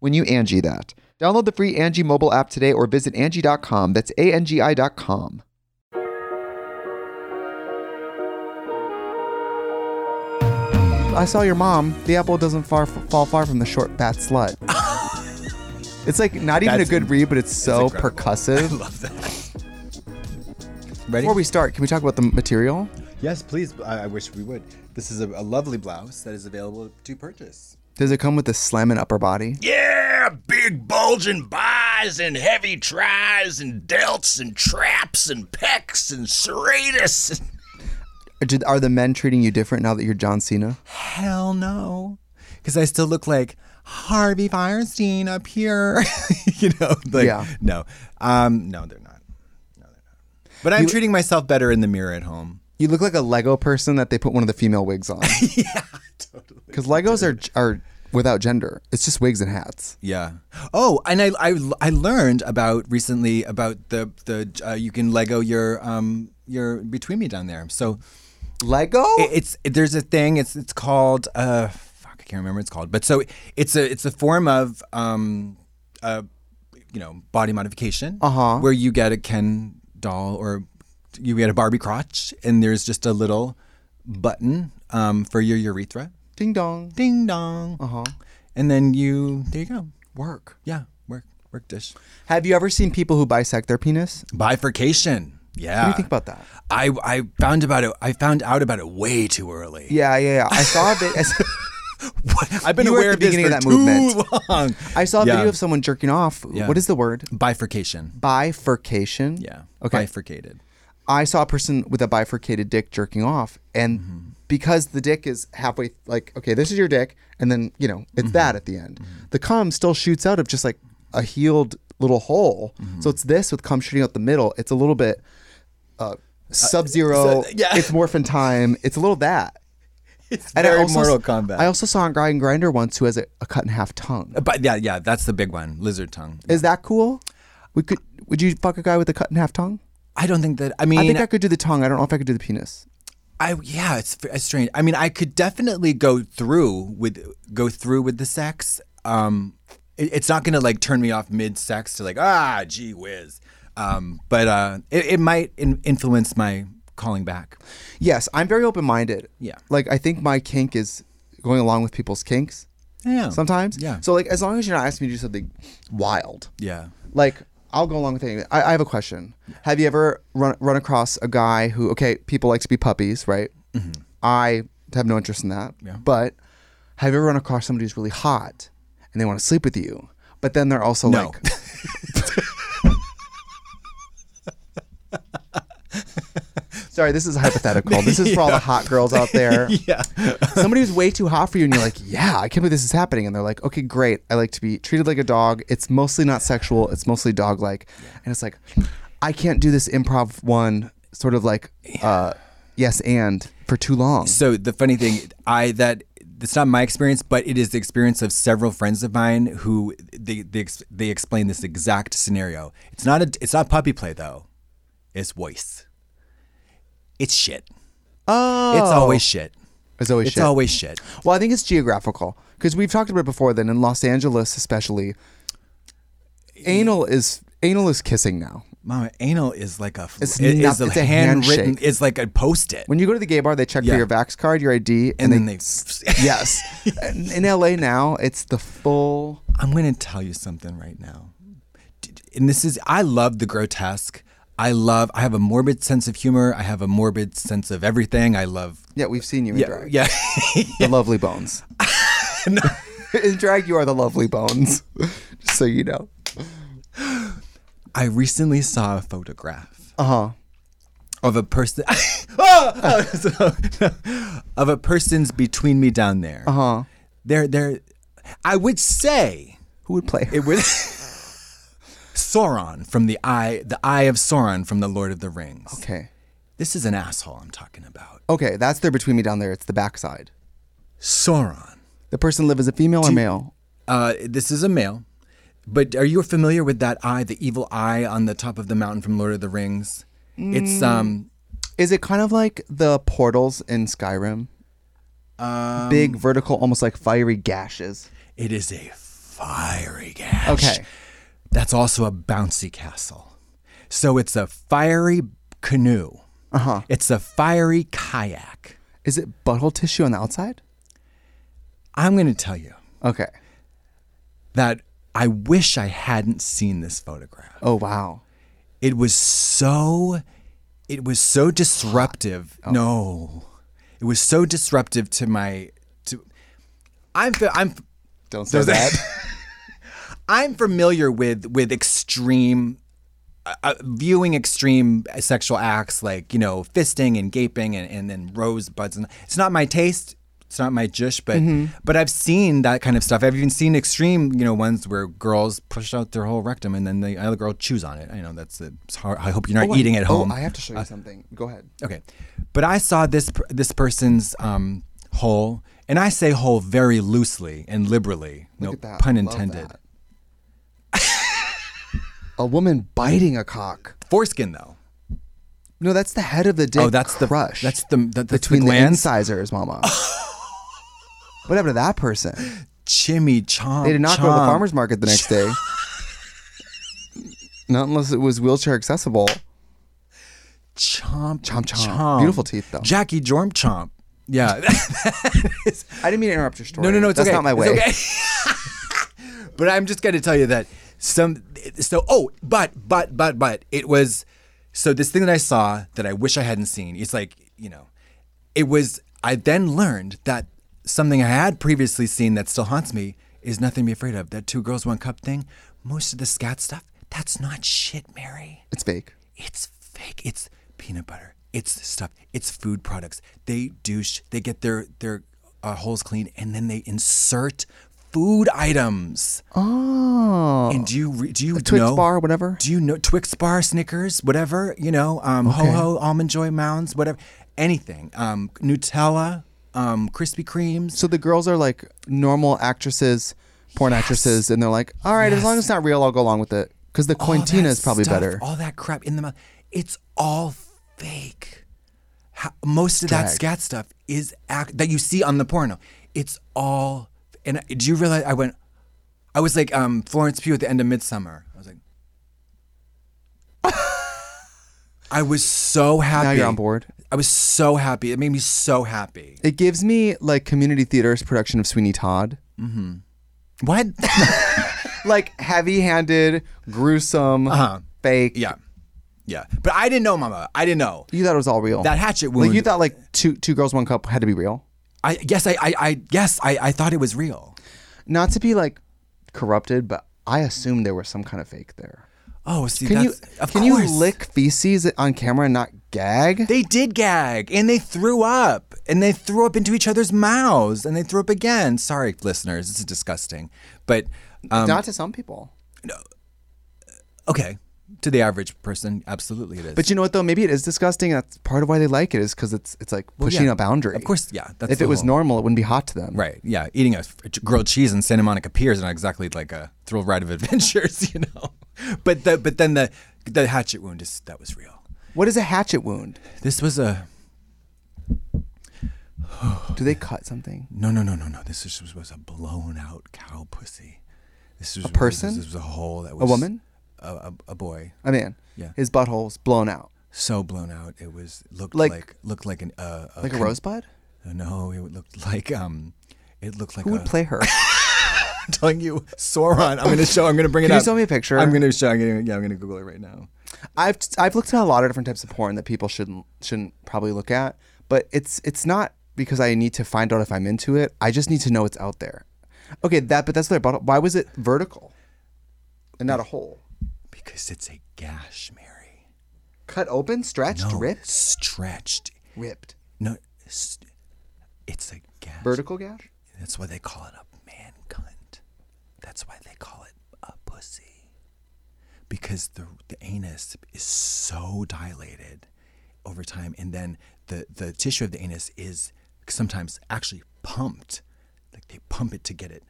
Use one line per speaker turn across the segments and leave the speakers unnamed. when you Angie that. Download the free Angie mobile app today or visit Angie.com. That's A-N-G-I dot com.
I saw your mom. The apple doesn't far, fall far from the short, fat slut. it's like not even a
That's
good read, but it's so
incredible.
percussive.
Love that. Ready?
Before we start, can we talk about the material?
yes, please. I, I wish we would. This is a, a lovely blouse that is available to purchase.
Does it come with a slamming upper body?
Yeah, big bulging buys and heavy tries and delts and traps and pecs and serratus.
Or did, are the men treating you different now that you're John Cena?
Hell no, because I still look like Harvey Firestein up here. you know, like
Yeah.
no, um, no, they're not. No, they're not. But I'm treating myself better in the mirror at home.
You look like a Lego person that they put one of the female wigs on. yeah, totally. Because Legos are are without gender. It's just wigs and hats.
Yeah. Oh, and I, I, I learned about recently about the the uh, you can Lego your um your between me down there. So
Lego?
it- it's there's a thing. It's it's called uh fuck I can't remember what it's called. But so it's a it's a form of um uh you know body modification
Uh-huh.
where you get a Ken doll or you get a Barbie crotch and there's just a little button um for your urethra.
Ding dong.
Ding dong. Uh huh. And then you there you go work. Yeah, work work dish
Have you ever seen people who bisect their penis?
bifurcation. Yeah.
What do you think about that?
I I found about it. I found out about it way too early.
Yeah, yeah, yeah. I saw a bit.
I've been
You were at
aware
the
of this
beginning
for
of that
too
movement.
long.
I saw a
Yeah.
video of someone jerking off.
Yeah.
What is the word?
bifurcation.
Bifurcation.
Yeah.
Okay.
Bifurcated.
I saw a person with a bifurcated dick jerking off, and
Mm-hmm.
because the dick is halfway, like, okay, this is your dick, and then you know
Mm-hmm.
it's that at the end. The cum still shoots out of just like a healed little hole.
Mm-hmm.
So it's this with cum shooting out the middle. It's a little bit uh, sub-zero.
so- yeah.
It's morphin time. It's a little that.
It's
And
very
I also,
Mortal Kombat.
I also saw a guy in Grinder once who has a, a cut in half tongue.
but yeah, yeah, that's the big one. Lizard tongue.
Is that cool? We could. Would you fuck a guy with a cut in half tongue?
I don't think that. I mean,
I think I could do the tongue. I don't know if I could do the penis.
I yeah, it's, f- it's strange. I mean, I could definitely go through with go through with the sex. Um, it- it's not gonna like turn me off mid sex to like ah gee whiz. Um, but uh, it, it might in- influence my calling back.
Yes, I'm very open minded.
Yeah.
Like I think my kink is going along with people's kinks
Yeah,
sometimes.
Yeah.
So like as long as you're not asking me to do something wild,
yeah.
like I'll go along with anything. I, I have a question. Have you ever run run across a guy who okay, people like to be puppies, right?
Mm-hmm.
I have no interest in that. Yeah. But have you ever run across somebody who's really hot and they want to sleep with you, but then they're also
No.
like Sorry, this is hypothetical. This is for all the hot girls out there.
Yeah.
Somebody who's way too hot for you, and you're like, yeah, I can't believe this is happening. And they're like, okay, great. I like to be treated like a dog. It's mostly not sexual, it's mostly dog like. And it's like, I can't do this improv one, sort of like, uh, yes, and for too long.
So the funny thing, I that it's not my experience, but it is the experience of several friends of mine who they they, ex- they explain this exact scenario. It's not a it's not puppy play though. is voice. It's shit.
Oh,
It's always shit.
It's always
It's
shit.
always shit.
well, I think it's geographical because we've talked about it before. Then in Los Angeles, especially, anal is anal is kissing now.
Mama, anal is like a
It's
it's, it,
not-
is a
it's a
handwritten.
handshake.
It's like a post-it.
When you go to the gay bar, they check for
Yeah.
your Vax card, your ID, and,
and then they.
yes. In- in LA now, it's the full.
I'm going to tell you something right now. Did- And this is, I love the grotesque. I love, I have a morbid sense of humor. I have a morbid sense of everything. I love,
Yeah, we've seen you in
yeah,
drag.
yeah.
The lovely bones. in drag, you are the lovely bones. Just so you know.
I recently saw a photograph
Uh huh.
of a person, Ah! of a person's between me down there.
Uh huh.
They're, they're, I would say
Who would play her?
it was Sauron from the eye, the eye of Sauron from the Lord of the Rings.
okay.
This is an asshole I'm talking about.
Okay, that's their between me down there. It's the backside.
Sauron.
The person live as a female or male?
Uh, this is a male. But are you familiar with that eye, the evil eye on the top of the mountain from Lord of the Rings? It's um
Is it kind of like the portals in Skyrim?
Um,
Big vertical, almost like fiery gashes.
it is a fiery gash.
Okay.
That's also a bouncy castle. So it's a fiery canoe. Uh-huh. It's a fiery kayak.
Is it butthole tissue on the outside?
I'm going to tell you
Okay.
that I wish I hadn't seen this photograph.
Oh wow.
it was so it was so disruptive
Oh.
no it was so disruptive to my to i'm fa- i'm
Don't say that.
i'm familiar with with extreme uh, uh, viewing extreme sexual acts like you know fisting and gaping and, and then rosebuds and it's not my taste it's not my jush but
Mm-hmm.
but i've seen that kind of stuff i've even seen extreme you know ones where girls push out their whole rectum and then the other girl chews on it i know that's a, it's hard i hope you're not eating at home Uh,
Oh, I have to show you something. Go ahead.
Okay, but I saw this per- this person's um, hole, and I say hole very loosely and liberally,
Look at
no
that.
pun
Love
intended.
that. A woman biting a cock.
Foreskin though.
No, that's the head of the dick.
oh, that's the
crush.
That's the that- that's
between
the
the
glands.
incisors, mama. what happened to that person?
Chimmy chomp.
They did not go to the
chomp.
farmer's market the next day. not unless it was wheelchair accessible.
Chomp
Chomp, chomp. Beautiful teeth, though.
Jackie Jorm chomp. Yeah.
I didn't mean to interrupt your story.
No, no, no. It's
That's
okay.
not my
It's
way.
okay. but I'm just gonna tell you that some. So oh, but but but but it was. So this thing that I saw that I wish I hadn't seen. It's like you know, it was. I then learned that something I had previously seen that still haunts me is nothing to be afraid of. That two girls one cup thing. Most of the scat stuff. That's not shit, Mary.
It's fake.
It's fake. It's peanut butter. It's stuff. It's food products. They douche. They get their their uh, holes clean, and then they insert food items.
Oh.
And do you re- do you
Twix
know
bar, whatever?
Do you know Twix bar, Snickers, whatever you know? Um, Ho ho, almond joy mounds, whatever, anything. Um, Nutella, um, Krispy Kremes.
So the girls are like normal actresses, porn actresses, and they're like, all right, as long as it's not real, I'll go along with it. Because the
all
Quintina
Oh, that
is probably
stuff,
better.
All that crap in the mouth. It's all fake. How, most of that scat stuff is act that you see on the porno. It's all. And I- do you realize I went? I was like um, Florence Pugh at the end of Midsummer. I was like, I was so happy.
Now you're on board.
I was so happy. It made me so happy.
It gives me like community theater's production of Sweeney Todd.
What?
Like heavy handed, gruesome, fake.
Uh-huh. yeah, yeah. But I didn't know, Mama. I didn't know.
You thought it was all real.
That hatchet
Like, you
wound-
thought like two two girls, one cup had to be real.
I yes, I, I, I yes, I, I thought it was real.
Not to be like corrupted, but I assumed there was some kind of fake there.
Oh, see,
Can
that's,
you
of
can you
course.
lick feces on camera and not gag?
They did gag, and they threw up, and they threw up into each other's mouths, and they threw up again. Sorry, listeners, this is disgusting, but um,
not to some people.
okay, to the average person, absolutely it is.
But you know what though? Maybe it is disgusting. That's part of why they like it is because it's it's like pushing
yeah.
a boundary.
Of course, yeah, that's
if
the
it was
whole-
normal, it wouldn't be hot to them.
right, yeah, eating a f- grilled cheese in Santa Monica Pier is not exactly like a thrill ride of adventures, you know. But the but then the the hatchet wound is that was real.
What is a hatchet wound?
This was a
Do they cut something?
no, no, no, no, no. This was, was a blown out cow pussy. This was a
person?
This, was a hole that
A
was
woman?
a, a, a boy,
A man.
Yeah.
His butthole's blown out.
so blown out it was looked
Like-
like, looked like an uh,
Like a
con-
rosebud?
No, it looked like um, it looked like
Who would
a-
play her?
I'm telling you, Sauron. I'm gonna show. I'm gonna bring it
Can you
up.
show me a picture?
I'm gonna show. I'm gonna, yeah, I'm gonna Google it right now.
I've I've looked at a lot of different types of porn that people shouldn't shouldn't probably look at, but it's it's not because I need to find out if I'm into it. I just need to know it's out there. Okay, that but that's their bottle. Why was it vertical and not a hole?
Because it's a gash, Mary.
Cut open, stretched,
No,
ripped,
stretched.
ripped,
No, st- it's a gash.
vertical gash.
That's why they call it a man cunt. That's why they call it a pussy. Because the the anus is so dilated over time, and then the the tissue of the anus is sometimes actually pumped, like they pump it to get it,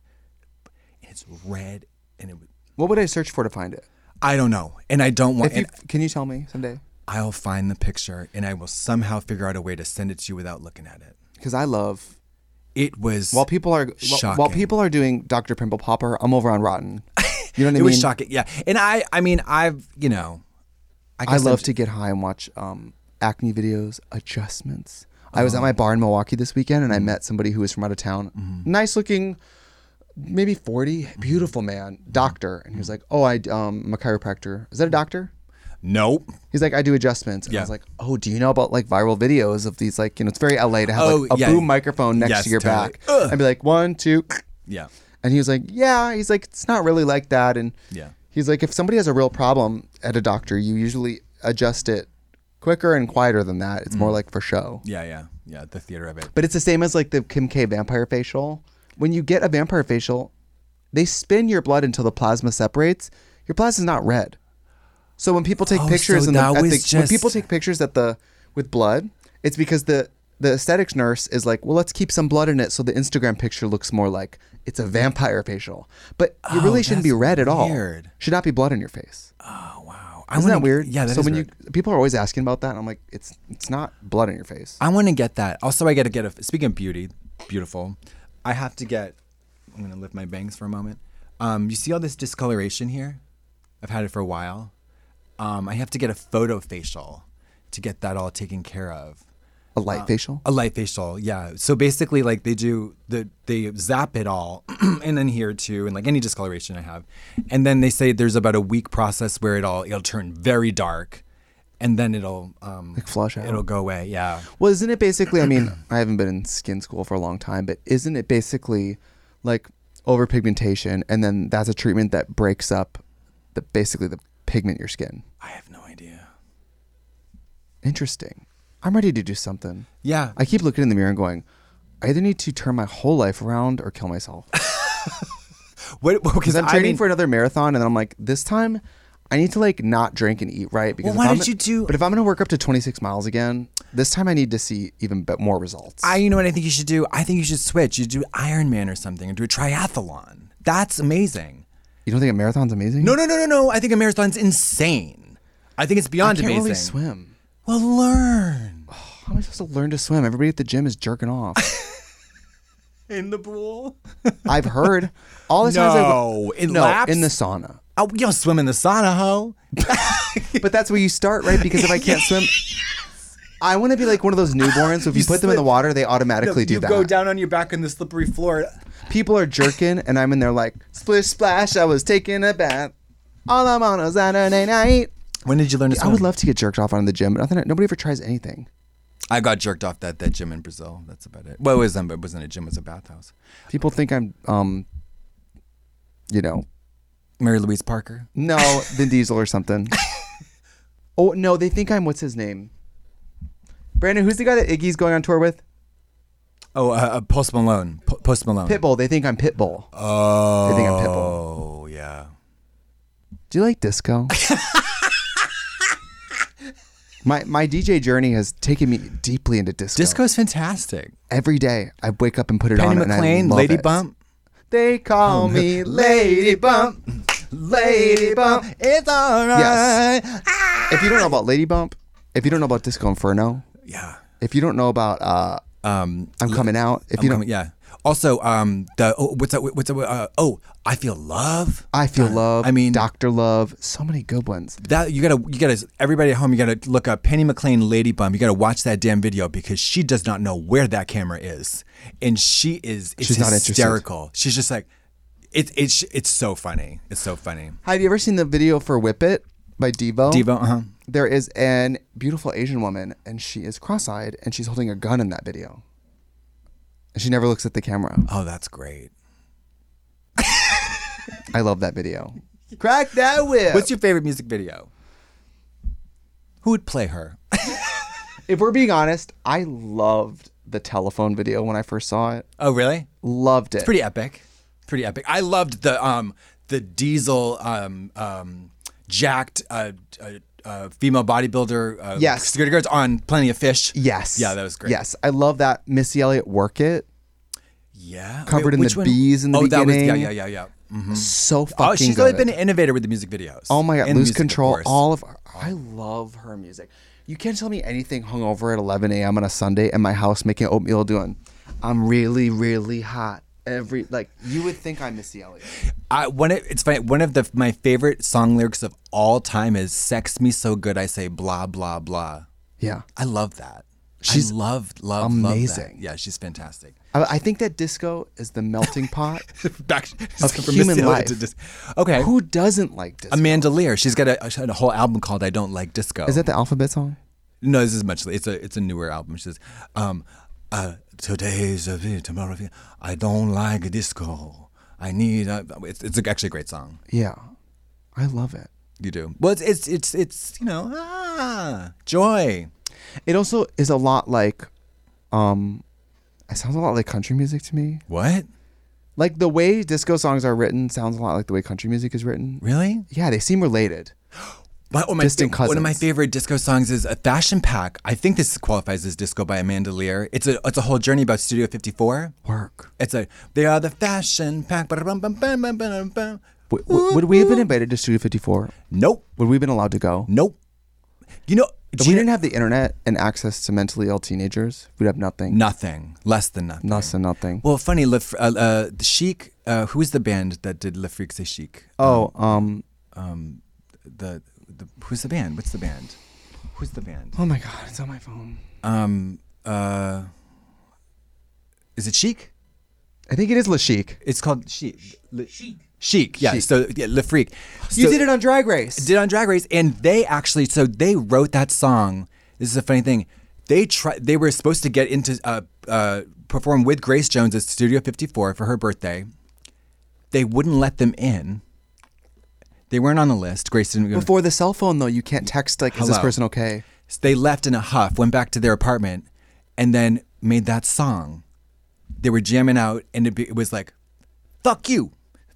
and it's red, and it.
What would I search for to find it?
I don't know, and I don't want.
If you,
and
can you tell me someday?
I'll find the picture, and I will somehow figure out a way to send it to you without looking at it.
Because I love
It was
while people are while, while
Shocking.
people are doing Dr Pimple Popper, I'm over on Rotten. You know what I
It
mean?
was shocking, yeah. And I, I mean, I've, you know,
I love to get high and watch um, acne videos, adjustments. I
Oh.
was at my bar in Milwaukee this weekend and I
Mm-hmm.
met somebody who was from out of town. Nice looking, maybe 40,
Mm-hmm.
beautiful man, doctor. And he was like, Oh, I, um, I'm a chiropractor. Is that a doctor?
Nope.
He's like, I do adjustments. And I
Yeah.
was like, Oh, do you know about like viral videos of these? Like, you know, it's very LA to have like,
Oh,
a
yeah.
boom microphone next
Yes,
to your
totally.
back. I'd be like, One, two.
Yeah.
And he was like, Yeah. He's like, It's not really like that. And
Yeah.
he's like, If somebody has a real problem at a doctor, you usually adjust it quicker and quieter than that. It's more like for show.
Yeah, yeah. Yeah. The theater of it.
But it's the same as like the Kim K vampire facial. When you get a vampire facial, they spin your blood until the plasma separates. Your plasma's not red. So when people take
Oh,
pictures
so
and the,
that
at the-
was
when people
just-
take pictures at the with blood, it's because the the aesthetics nurse is like, well, let's keep some blood in it so the Instagram picture looks more like it's a vampire facial. But it really shouldn't be
Oh, that's
red at all.
weird.
Should not be blood in your face.
Oh, wow. I
Isn't
wanna-
that weird?
Yeah, that's
so when
weird.
you people are always asking about that, and I'm like, it's it's not blood in your face.
I want to get that. Also, I got to get a. Speaking of beauty, beautiful, I have to get. I'm gonna lift my bangs for a moment. Um, you see all this discoloration here? I've had it for a while. Um, I have to get a photo facial to get that all taken care of.
A light
Uh,
facial.
A light facial, yeah. So basically, like they do, the they zap it all, and then here too, and like any discoloration I have, and then they say there's about a week process where it all it'll turn very dark, and then it'll um like
flush out.
It'll go away, yeah.
Well, isn't it basically? I mean, I haven't been in skin school for a long time, but isn't it basically like overpigmentation, and then that's a treatment that breaks up the basically the pigment in your skin?
I have no idea.
Interesting. I'm ready to do something.
Yeah,
I keep looking in the mirror and going, I either need to turn my whole life around or kill myself.
What? Because
Because I'm
I
training
mean-
for another marathon, and I'm like, this time, I need to like not drink and eat right. Because
Well, why
if I'm-
don't you do-
But if I'm gonna work up to 26 miles again, this time I need to see even bit more results.
I, you know what I think you should do? I think you should switch. You do Ironman or something, and do a triathlon. That's amazing.
you don't think a marathon's amazing?
No, no, no, no, no. I think a marathon's insane. I think it's
I
beyond
can't
amazing.
really swim.
Well, learn
How am I supposed to learn to swim? Everybody at the gym is jerking off.
in the pool.
I've heard all the times I
No, in
no
laps?
in the sauna.
Oh, you don't swim in the sauna, ho?
But that's where you start, right? Because if I can't swim, I want to be like one of those newborns. So if you, put them in the
slip.
water, they automatically do
you
that.
go down on your back on the slippery floor.
people are jerking and I'm in there like splish splash. I was taking a bath. All I'm on is Saturday night.
When did you learn to
I would love to get jerked off on the gym, but nothing. Nobody ever tries anything.
I got jerked off that that gym in Brazil. That's about it. Well, it wasn't. It wasn't a gym. It was a bathhouse.
People think I'm, um, you know,
Mary Louise Parker.
no Vin Diesel or something. oh no, they think I'm what's his name. Brandon, who's the guy that Iggy's going on tour with?
Oh, uh, uh, Post Malone. P- Post Malone.
Pitbull. They think I'm Pitbull.
Oh.
They think I'm Pitbull.
Oh yeah.
Do you like disco? my my DJ journey has taken me deeply into disco.
Disco's fantastic.
every day. I wake up and put it
Penny
on, and I
McLean,
love
Lady
it.
Bump.
They call me Lady Bump.
Lady Bump, it's alright.
If you don't know about Lady Bump, If you don't know about Disco Inferno,
Yeah.
if you don't know about uh,
Um,
I'm coming out, if you don't,
Coming- yeah. Also, um, the oh, what's that? What's that? Uh, oh, I feel love.
I feel love.
Uh, I mean-
Doctor Love. So many good ones.
That you gotta, you gotta. Everybody at home, you gotta look up Penny McLean Lady Bum. You gotta watch that damn video because she does not know where that camera is, and she is. It's
She's not interested.
hysterical. She's just like, it's it's it's so funny. It's so funny.
Have you ever seen the video for Whip It by Devo?
Devo, uh-huh.
There is an beautiful Asian woman, and she is cross-eyed, and she's holding a gun in that video. And she never looks at the camera.
Oh, that's great.
I love that video. Crack that whip.
What's your favorite music video? Who would play her?
if we're being honest, I loved the telephone video when I first saw it.
Oh, really?
Loved it.
pretty epic pretty epic i loved the um the diesel um um jacked uh, uh, uh female bodybuilder uh,
Yes.
security guards on plenty of fish
yes.
yeah that was great
Yes, I love that Missy Elliott work it.
yeah
Covered in
which
the bees in the
oh, that was
beginning.
yeah yeah yeah yeah Mhm.
So fucking
oh she's
good.
really been an innovator with the music videos
Oh my god,
And the
lose
music, of
control.
course.
All of oh. her. I love her music. You can't tell me anything hungover at 11 a.m. on a Sunday in my house making oatmeal doing. I'm really, really hot. Every like you would think I'm Missy Elliott.
I, one of, it's funny. One of the my favorite song lyrics of all time is "Sex me so good, I say blah blah blah."
Yeah,
I love that.
She's
I loved, love, Love
amazing.
that. Yeah, she's fantastic.
I, I think that disco is the melting pot.
back
Of
from
human
Missy Elliott
life.
to dis- okay.
Who doesn't like disco?
a mandolier. She's got a, she had a whole album called "I Don't Like Disco."
is that the alphabet song?
no? This is much. It's a it's a newer album. She says, um, uh, "Today's a bit, tomorrow. I don't like disco. I need." A, it's it's actually a great song.
Yeah, I love it.
You do well. It's it's it's, it's you know ah joy.
It also is a lot like, um, it sounds a lot like country music to me.
What
Like the way disco songs are written sounds a lot like the way country music is written.
really?
Yeah, they seem related.
My, oh, my
Distant
fa- One of my
cousins.
favorite disco songs is a Fashion Pack. I think this qualifies as disco by a mandolier. It's a it's a whole journey about Studio 54.
Work.
It's a they are the fashion pack. Ba-da-bum-bum-bum-bum-bum-bum.
Would, would we have been invited to Studio 54?
Nope,
Would we have been allowed to go?
nope. You know,
If
Gina-
we didn't have the internet and access to mentally ill teenagers, we'd have nothing.
nothing less than nothing.
Less than nothing.
Well, funny, Le, F- uh, uh, the Chic. Uh, who's the band that did Le Freak C'est Chic?
oh, um,
The, the who's the band? What's the band? Who's the band?
oh my God, it's on my phone.
Um, uh, is it Chic?
I think it is Lashik.
It's called Chic. Le, Chic. Chic. Yeah. So yeah, Le Freak.
You
So-
did it on Drag Race.
did on Drag Race, and they actually so they wrote that song. This is a funny thing. They try. They were supposed to get into uh, uh, perform with Grace Jones at Studio 54 for her birthday. They wouldn't let them in. They weren't on the list. Grace didn't. go-
Before the cell phone, though, you can't text, like, is this
Hello.
person okay?
So they left in a huff, went back to their apartment, and then made that song. They were jamming out, and it, be, it was like, "Fuck you."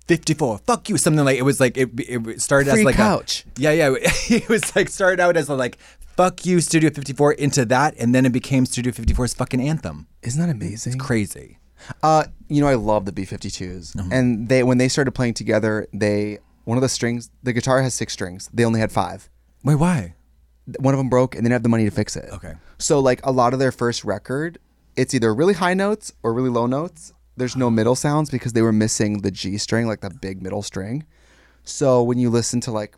54 fuck you something like it was like it, it started
Free
as like
couch.
a yeah yeah it was like started out as a like fuck you studio 54 into that and then it became studio 54's fucking anthem
Isn't that amazing?
crazy
Uh, you know, I love the B52s, and they when they started playing together, they one of the strings, the guitar has six strings. They only had five.
wait why
One of them broke, and they didn't have the money to fix it.
Okay.
So like a lot of their first record, it's either really high notes or really low notes. There's no middle sounds because they were missing the G string, like the big middle string. So when you listen to like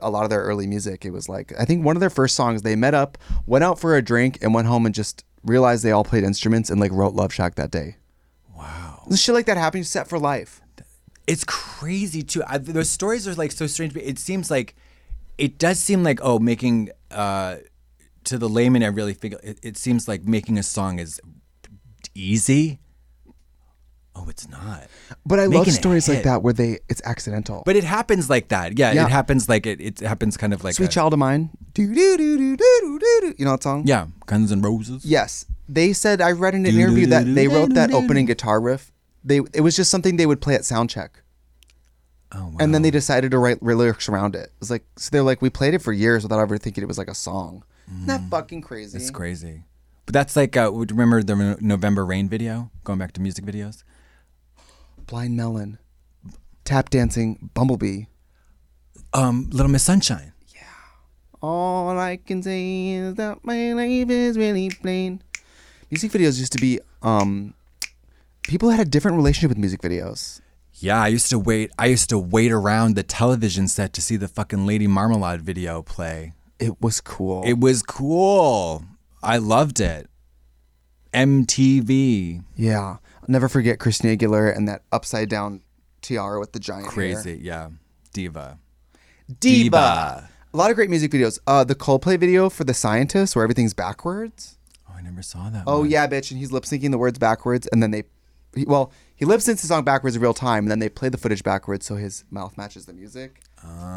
a lot of their early music, it was like I think one of their first songs they met up, went out for a drink, and went home and just realized they all played instruments and like wrote Love Shack that day. Shit like that happens set for life.
it's crazy too. I, those stories are like so strange. But it seems like it does seem like oh, making uh, to the layman, I really think it, it seems like making a song is easy. Oh, it's not.
But I love
Making a
stories like
hit.
that where they it's accidental.
But it happens like that. Yeah,
Yeah.
it happens like it. It happens kind of like
Sweet
a-
Child of Mine. Do do do do do do do. You know that song?
Yeah, Guns and Roses.
Yes. They said I read in an interview that they wrote that opening guitar riff. They it was just something they would play at sound check.
Oh, wow.
And then they decided to write lyrics around it. It's like so they're like we played it for years without ever thinking it was like a song. Isn't that fucking crazy?
It's crazy. But that's like uh, would- remember the No- November Rain video? Going back to music videos.
Blind Melon, tap dancing, Bumblebee.
Um, Little Miss Sunshine.
All I can say is that my life is really plain. Music videos used to be um people had a different relationship with music videos.
Yeah, I used to wait. I used to wait around the television set to see the fucking Lady Marmalade video play.
It was cool.
It was cool. I loved it. MTV.
yeah. I'll never forget Christina Aguilera and that upside down tiara with the giant hair.
Crazy. Yeah. Diva.
Diva.
Diva.
A lot of great music videos. Uh the Coldplay video for The Scientist where everything's backwards.
Oh, I never saw that.
oh
one.
yeah, bitch, and he's lip syncing the words backwards, and then they, he, well, he lip syncs the song backwards in real time, and then they play the footage backwards, so his mouth matches the music.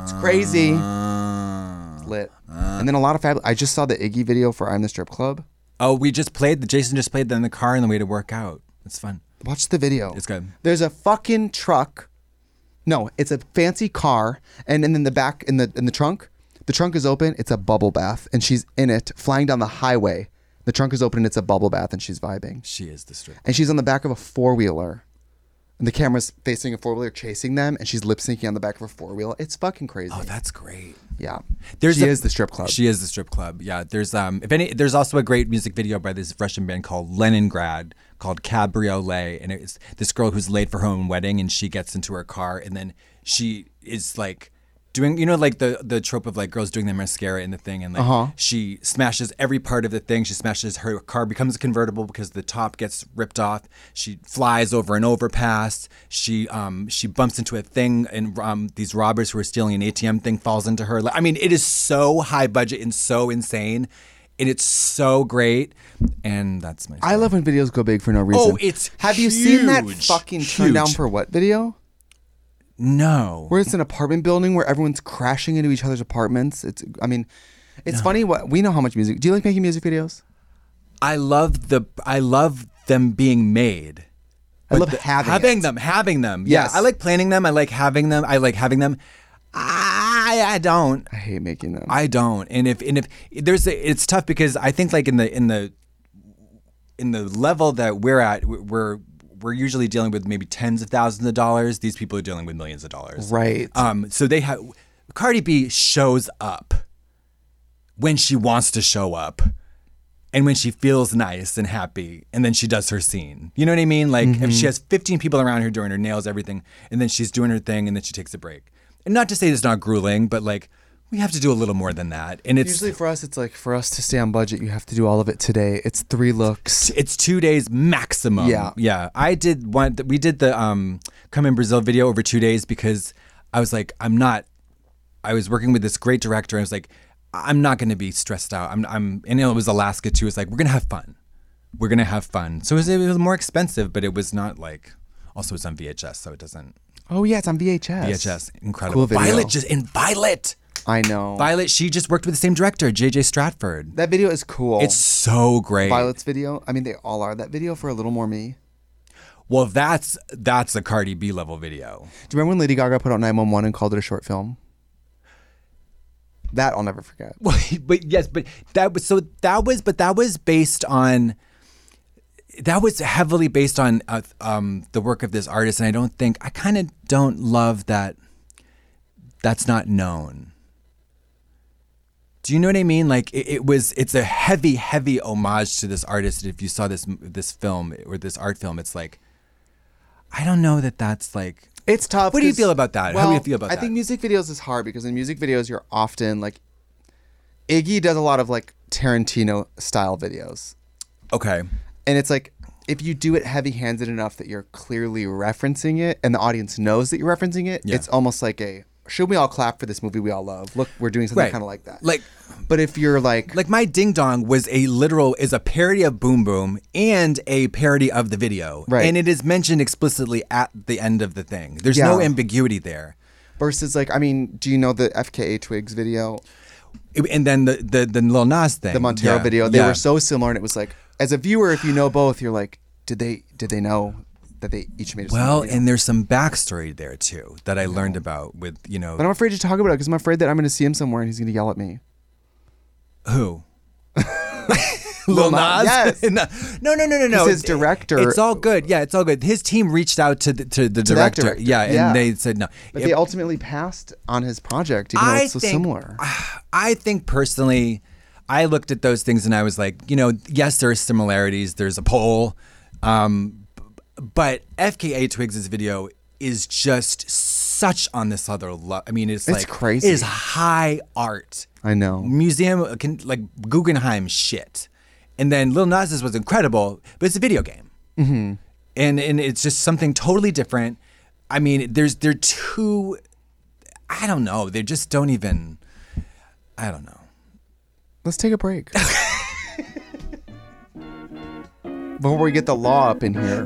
it's crazy,
Uh,
It's lit.
Ah.
and then a lot of fab. I just saw the Iggy video for "I'm the Strip Club."
oh, we just played. The Jason just played that in the car on the way to work out. It's fun.
Watch the video.
It's good.
There's a fucking truck. No, it's a fancy car, and, and then the back in the in the trunk, the trunk is open. It's a bubble bath, and she's in it, flying down the highway. The trunk is open, and it's a bubble bath, and she's vibing.
She is the strip.
and she's on the back of a four wheeler. And the camera's facing a four wheeler chasing them, and she's lip syncing on the back of a four wheeler. It's fucking crazy.
Oh, that's great.
yeah.
There's
she
a-
is the strip club.
She is the strip club. Yeah. There's um if any there's also a great music video by this Russian band called Leningrad called Cabriolet and it's this girl who's late for her own wedding and she gets into her car and then she is like doing you know like the the trope of like girls doing their mascara in the thing and like
Uh-huh.
she smashes every part of the thing she smashes her car becomes a convertible because the top gets ripped off she flies over an overpass she um she bumps into a thing and um these robbers who are stealing an ATM thing falls into her Like, I mean it is so high budget and so insane and it's so great and that's my
I love when videos go big for no reason.
Oh, it's
have you seen that
huge,
fucking turn down
huge.
for what video?
no
Where it's an apartment building where everyone's crashing into each other's apartments. It's I mean, it's funny what we know how much music. Do you like making music videos?
I love the I love them being made
I love
the-
having it.
them, having them. Yeah,
Yes.
I like planning them. I like having them. I like having them. I I don't.
I hate making them.
I don't. And if and if there's a, it's tough because I think like in the in the in the level that we're at, we- we're we're usually dealing with maybe tens of thousands of dollars. These people are dealing with millions of dollars.
right.
Um. So they have Cardi B shows up when she wants to show up. And when she feels nice and happy, and then she does her scene. You know what I mean? Like if
Mm-hmm.
she has 15 people around her doing her nails, everything, and then she's doing her thing, and then she takes a break. And not to say it's not grueling, but like we have to do a little more than that. And it's
Usually for us, it's like for us to stay on budget, you have to do all of it today. It's three looks.
it's two days maximum.
Yeah.
yeah. I did one. We did the um, come in Brazil video over two days because I was like, I'm not. I was working with this great director, and I was like, I'm not going to be stressed out. I'm, I'm, and it was Alaska too. It's like we're gonna have fun. We're gonna have fun. So it was, it was more expensive, but it was not like. Also, it's on VHS, so it doesn't.
Oh yeah, it's on VHS.
VHS, incredible.
Cool video.
Violet just and Violet,
I know.
Violet. She just worked with the same director, J.J. Stratford.
that video is cool.
It's so great.
Violet's video. I mean, they all are. That video for a little more me.
Well, that's that's a Cardi B level video.
Do you remember when Lady Gaga put out 911 and called it a short film? That I'll never forget.
Well, but yes, but that was so that was but that was based on that was heavily based on uh, um, the work of this artist, and I don't think I kind of don't love that. That's not known. Do you know what I mean? Like it, it was, it's a heavy, heavy homage to this artist. And if you saw this this film or this art film, it's like, I don't know that that's like.
It's tough.
What do you
'cause-
feel about that? How do you feel about
I
that?
think music videos is hard because in music videos you're often like Iggy does a lot of like Tarantino style videos.
Okay,
And it's like if you do it heavy handed enough that you're clearly referencing it and the audience knows that you're referencing it, it's almost like a should we all clap for this movie we all love? Look, we're doing something
Right.
kind of like that.
Like-
but if you're like,
Like my ding dong was a literal is a parody of Boom Boom and a parody of the video,
Right.
And it is mentioned explicitly at the end of the thing. There's no
Yeah.
ambiguity there.
versus like, I mean, do you know the FKA Twigs video,
It- and then the the, the Lil Nas thing,
the Montero
Yeah,
video? They
yeah.
were so similar, and it was like, as a viewer, if you know both, you're like, did they did they know that they each made a similar
well,
video?
and there's some backstory there too that I learned about with you know
But I'm afraid to talk about it because I'm afraid that I'm going to see him somewhere and he's going to yell at me.
who. Lil Nas.
Yes.
no, no, no, no, no.
He's his director.
It's all good. Yeah, it's all good. His team reached out to the, to the
that
director.
director.
Yeah, and
Yeah.
they said no.
But
It-
they ultimately passed on his project, even though it's so similar.
I think personally, I looked at those things and I was like, you know, yes, there are similarities. There's a poll, um, b- but FKA Twigs' video is just such on this other level. I mean, it's, like
crazy.
It is high art.
I know.
Museum uh, can, like Guggenheim shit, and then Lil Nas X was incredible, but it's a video game and and it's just something totally different. I mean, there's they're too. I don't know. They just don't even. I don't know.
Let's take a break. Before we get the law up in here.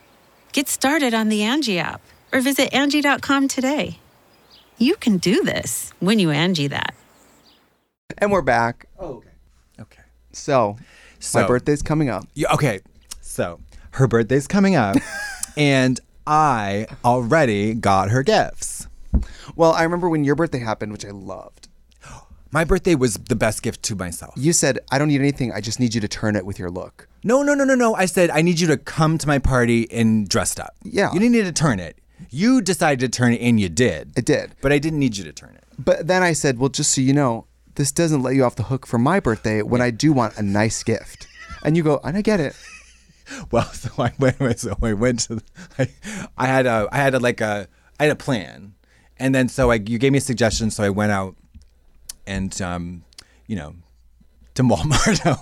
Get started on the Angie app or visit Angie.com today. You can do this when you Angie that.
And we're back.
Okay.
So,
So-
my birthday's coming up.
Yeah, okay. So her birthday's coming up, and I already got her gifts.
Well, I remember when your birthday happened, which I loved.
My birthday was the best gift to myself.
You said, I don't need anything. I just need you to turn it with your look.
No, no, no, no, no. I said I need you to come to my party and dressed up.
Yeah.
You didn't need to turn it. You decided to turn it, and you did.
It did.
But I didn't need you to turn it.
But then I said, well, just so you know, this doesn't let you off the hook for my birthday when I do want a nice gift. And you go, and I get it.
Well, so I went. So I went to. The, I, I had a. I had a like a. I had a plan, and then so I. You gave me a suggestion, so I went out, and um, you know, to Walmart. No,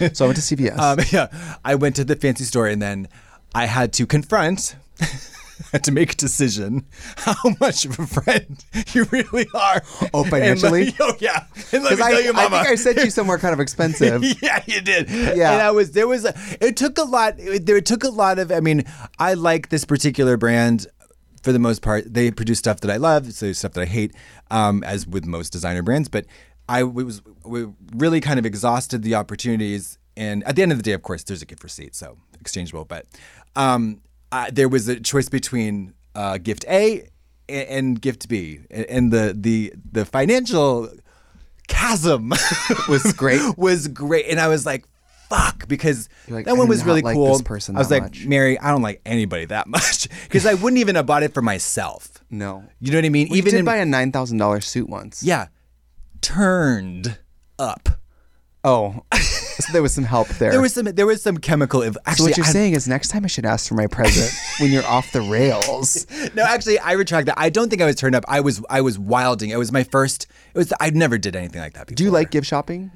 to,
So I went to CVS.
Um, yeah, I went to the fancy store and then I had to confront, had to make a decision how much of a friend you really are.
Oh, financially?
And let- oh, yeah. And let me
Because I,
tell you,
I
Mama.
think I sent you somewhere kind of expensive.
yeah, you did.
Yeah.
and I was there was a, it took a lot. It, there took a lot of. I mean, I like this particular brand for the most part. They produce stuff that I love, so there's stuff that I hate, um, as with most designer brands. But I was we really kind of exhausted the opportunities, and at the end of the day, of course, there's a gift receipt, so exchangeable. But um, I, there was a choice between uh, gift A and, and gift B, and, and the the the financial chasm was
great.
was great and i was like fuck because
like,
that
I
one
do
was
not
really
like
cool
this person
i was
that
like
much.
mary i don't like anybody that much because i wouldn't even have bought it for myself
No.
you know what i mean
We
even
did
in
buy a nine thousand dollar suit once.
yeah turned up
Oh, so there was some help there.
there was some there was some chemical ev-
so
actually
what you're
I-
saying is next time I should ask for my present when you're off the rails.
no, actually, I retract that. I don't think I was turned up. I was, I was wilding. It was my first. It was. I never did anything like that before.
Do you like gift shopping?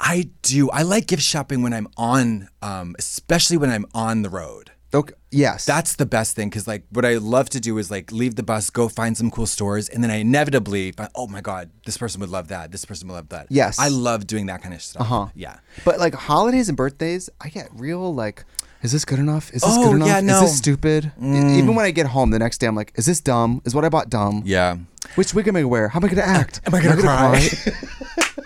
I do. I like gift shopping when I'm on, um, especially when I'm on the road.
Okay. Yes.
That's the best thing because, like, what I love to do is like leave the bus, go find some cool stores, and then I inevitably find, oh my god, this person would love that. This person would love that.
Yes.
I love doing that kind of stuff. Uh huh. Yeah.
But like holidays and birthdays, I get real like, is this good enough? Is this
Oh,
good enough?
yeah,
Is
no. Mm.
this stupid? E- Even when I get home the next day, I'm like, is this dumb? Is what I bought dumb?
Yeah.
Which wig am I gonna wear? How am I gonna act?
Am I gonna cry?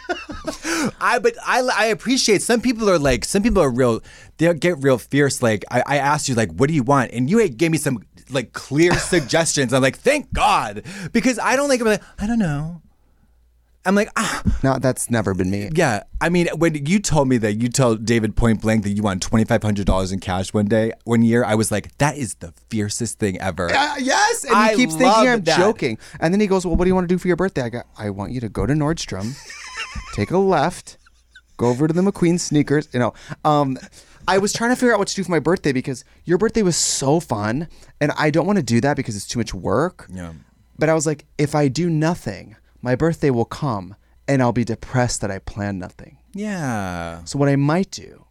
I but I I appreciate some people are like some people are real they get real fierce. Like I, I asked you like what do you want and you gave me some like clear suggestions. I'm like thank God because I don't like I'm like I don't know. I'm like ah
no, that's never been me.
yeah. I mean when you told me that you told David point blank that you want twenty five hundred dollars in cash one day one year I was like that is the fiercest thing ever.
Uh, yes, and he
I
keeps thinking
love
I'm
that.
joking. And then he goes, "Well, what do you want to do for your birthday?" I go, "I want you to go to Nordstrom, take a left, go over to the McQueen sneakers." You know, um, I was trying to figure out what to do for my birthday because your birthday was so fun, and I don't want to do that because it's too much work.
Yeah.
But I was like, if I do nothing, my birthday will come, and I'll be depressed that I planned nothing.
Yeah.
So what I might do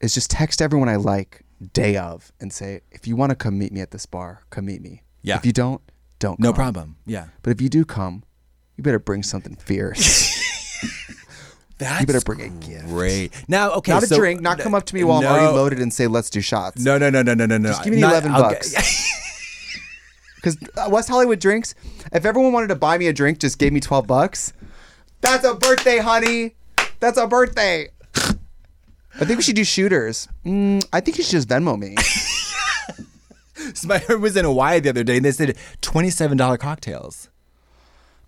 is just text everyone I like day of and say, if you want to come meet me at this bar, come meet me.
Yeah.
If you don't, don't.
No
come.
problem. Yeah.
But if you do come, you better bring something fierce.
That's
you better bring a gift.
Great. Now, okay.
Not a
so-
drink. Not come up to me while
no,
I'm already loaded and say, let's do shots.
No, no, no, no, no, no, no.
Just give me the
Not-
11
I'll
bucks.
get-
Because West Hollywood drinks, if everyone wanted to buy me a drink, just gave me 12 bucks. That's a birthday, honey. That's a birthday. I think we should do shooters. Mm, I think you should just Venmo me.
My friend was in Hawaii the other day, and they said twenty-seven dollar cocktails.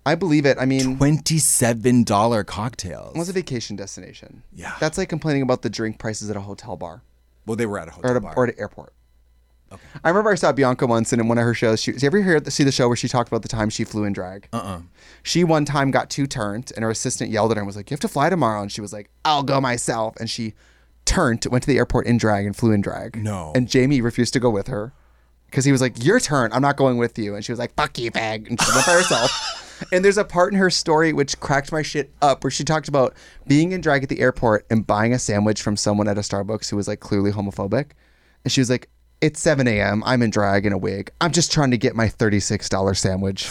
I believe it. I mean,
Twenty-seven dollar cocktails.
What's a vacation destination?
Yeah.
That's like complaining about the drink prices at a hotel bar
well, they were at a hotel
or at, a,
bar.
or at an airport. I remember I saw Bianca once in one of her shows. She, did you ever hear see the show where she talked about the time she flew in drag? Uh uh She one time got too turned, and her assistant yelled at her and was like, "You have to fly tomorrow." And she was like, "I'll go myself." And she turned, went to the airport in drag, and flew in drag.
No.
And Jamie refused to go with her because he was like, "Your turn. I'm not going with you." And she was like, "Fuck you, bag," and she went by herself. And there's a part in her story which cracked my shit up, where she talked about being in drag at the airport and buying a sandwich from someone at a Starbucks who was like clearly homophobic, and she was like, "It's 7 a.m. I'm in drag in a wig. I'm just trying to get my $36 sandwich,"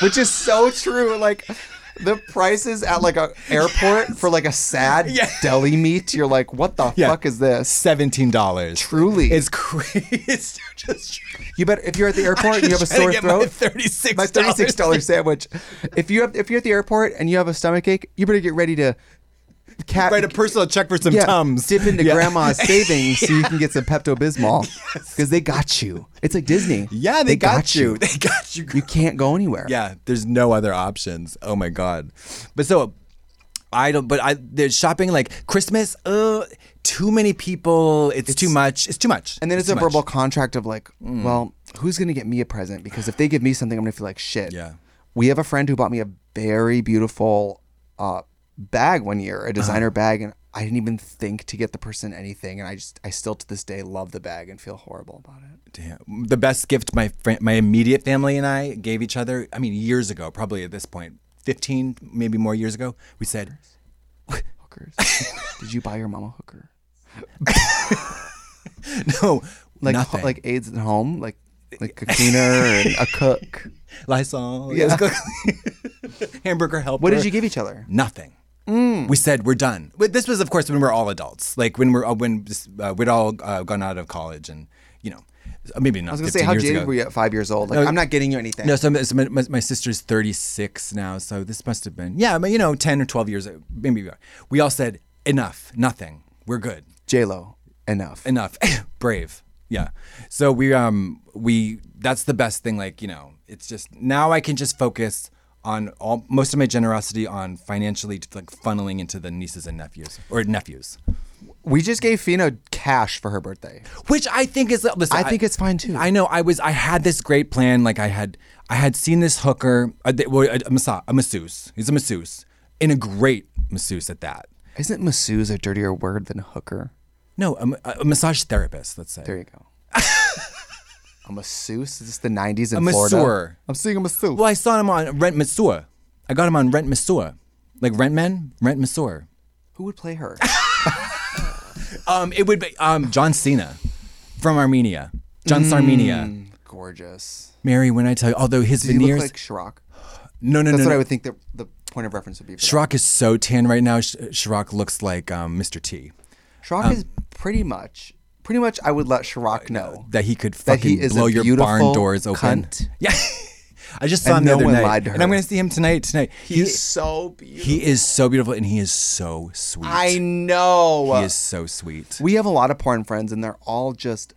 which is so true. Like. The prices at like a airport for like a sad deli meat, you're like, what the
Yeah.
fuck is this?
Seventeen dollars.
Truly.
it's crazy. It's just.
You better if you're at the airport and you have a
Trying to
sore
get
throat.
My thirty-six.
my thirty-six dollar sandwich. If you have, if you're at the airport and you have a stomach ache, you better get ready to cat,
Write a personal check for some
yeah,
tums.
dip into
Yeah.
grandma's savings so you can get some Pepto Bismol because they got you. It's like Disney.
Yeah, they, got, you. They got you.
You can't go anywhere.
Yeah, there's no other options. Oh my god. But so I don't but I there's shopping like Christmas, uh too many people, it's, too much. It's too much.
And then it's, a
too
verbal
much. Mm.
contract of like, well, who's gonna get me a present? Because if they give me something, I'm gonna feel like shit.
Yeah.
We have a friend who bought me a very beautiful uh, bag one year,
Uh-huh.
a designer bag, and I didn't even think to get the person anything, and I just, I still to this day love the bag and feel horrible about it.
Damn. The best gift my fri my immediate family and I gave each other, I mean years ago, probably at this point, 15 maybe more years ago, we said
Hookers. Did you buy your mama hooker?
no,
Like
nothing. Eh,
like aides at home, like like a cleaner and a cook.
Lysol.
Yeah.
Hamburger helper.
What did you Mm. give each other?
Nothing. We said we're done. But this was, of course, when we were all adults. Like when we're uh, when uh, we'd all uh, gone out of college, and you know, maybe not.
I was gonna
15
say, how
years
jaded
ago.
were you at five years old? Like, I'm not getting you anything.
No, so, my- so my, my, my sister's 36 now, so this must have been yeah, I mean, you know, 10 or 12 years. uh, Maybe we all said enough, nothing. We're good,
J Lo, enough.
enough, brave. Yeah. So we um we that's the best thing. Like you know, it's just now I can just focus on all most of my generosity on financially like funneling into the nieces and nephews or nephews.
We just gave Fina cash for her birthday.
which I think is. Listen,
I think it's fine, too.
I know. I was. I had this great plan. Like I had. I had seen this hooker, a, well, a, a, massa- a masseuse. He's a masseuse, and a great masseuse at that.
Isn't masseuse a dirtier word than hooker?
No, a, ma- a massage therapist. Let's say
There you go. a masseuse? Is this the 90s in
a
Florida?
masseur.
I'm seeing a masseuse.
Well, I saw him on Rent Masseur. I got him on Rent Masseur, like Rent Men, Rent Masseur.
Who would play her?
Um, it would be um, John Cena from Armenia. John
Mm.
Sarmenia.
Gorgeous.
Mary, when I tell you, although his
Does he
veneers,
look like Shrock?
no, no,
That's
no,
what
no.
I would think that the point of reference would be. For that.
Chirac is so tan right now. Sh- Chirac looks like um, Mr. T.
Shrock is pretty much, pretty much. um, I would let Shrock know.
That he could
That he
fucking
is a
blow your
beautiful
barn doors open.
cunt.
Yeah, I just saw
And
him the
no
other
one
night,
lied to
and
her.
I'm going to see him tonight. Tonight,
He's
he
so beautiful.
he is so beautiful, and he is so sweet.
I know.
he is so sweet.
we have a lot of porn friends, and they're all just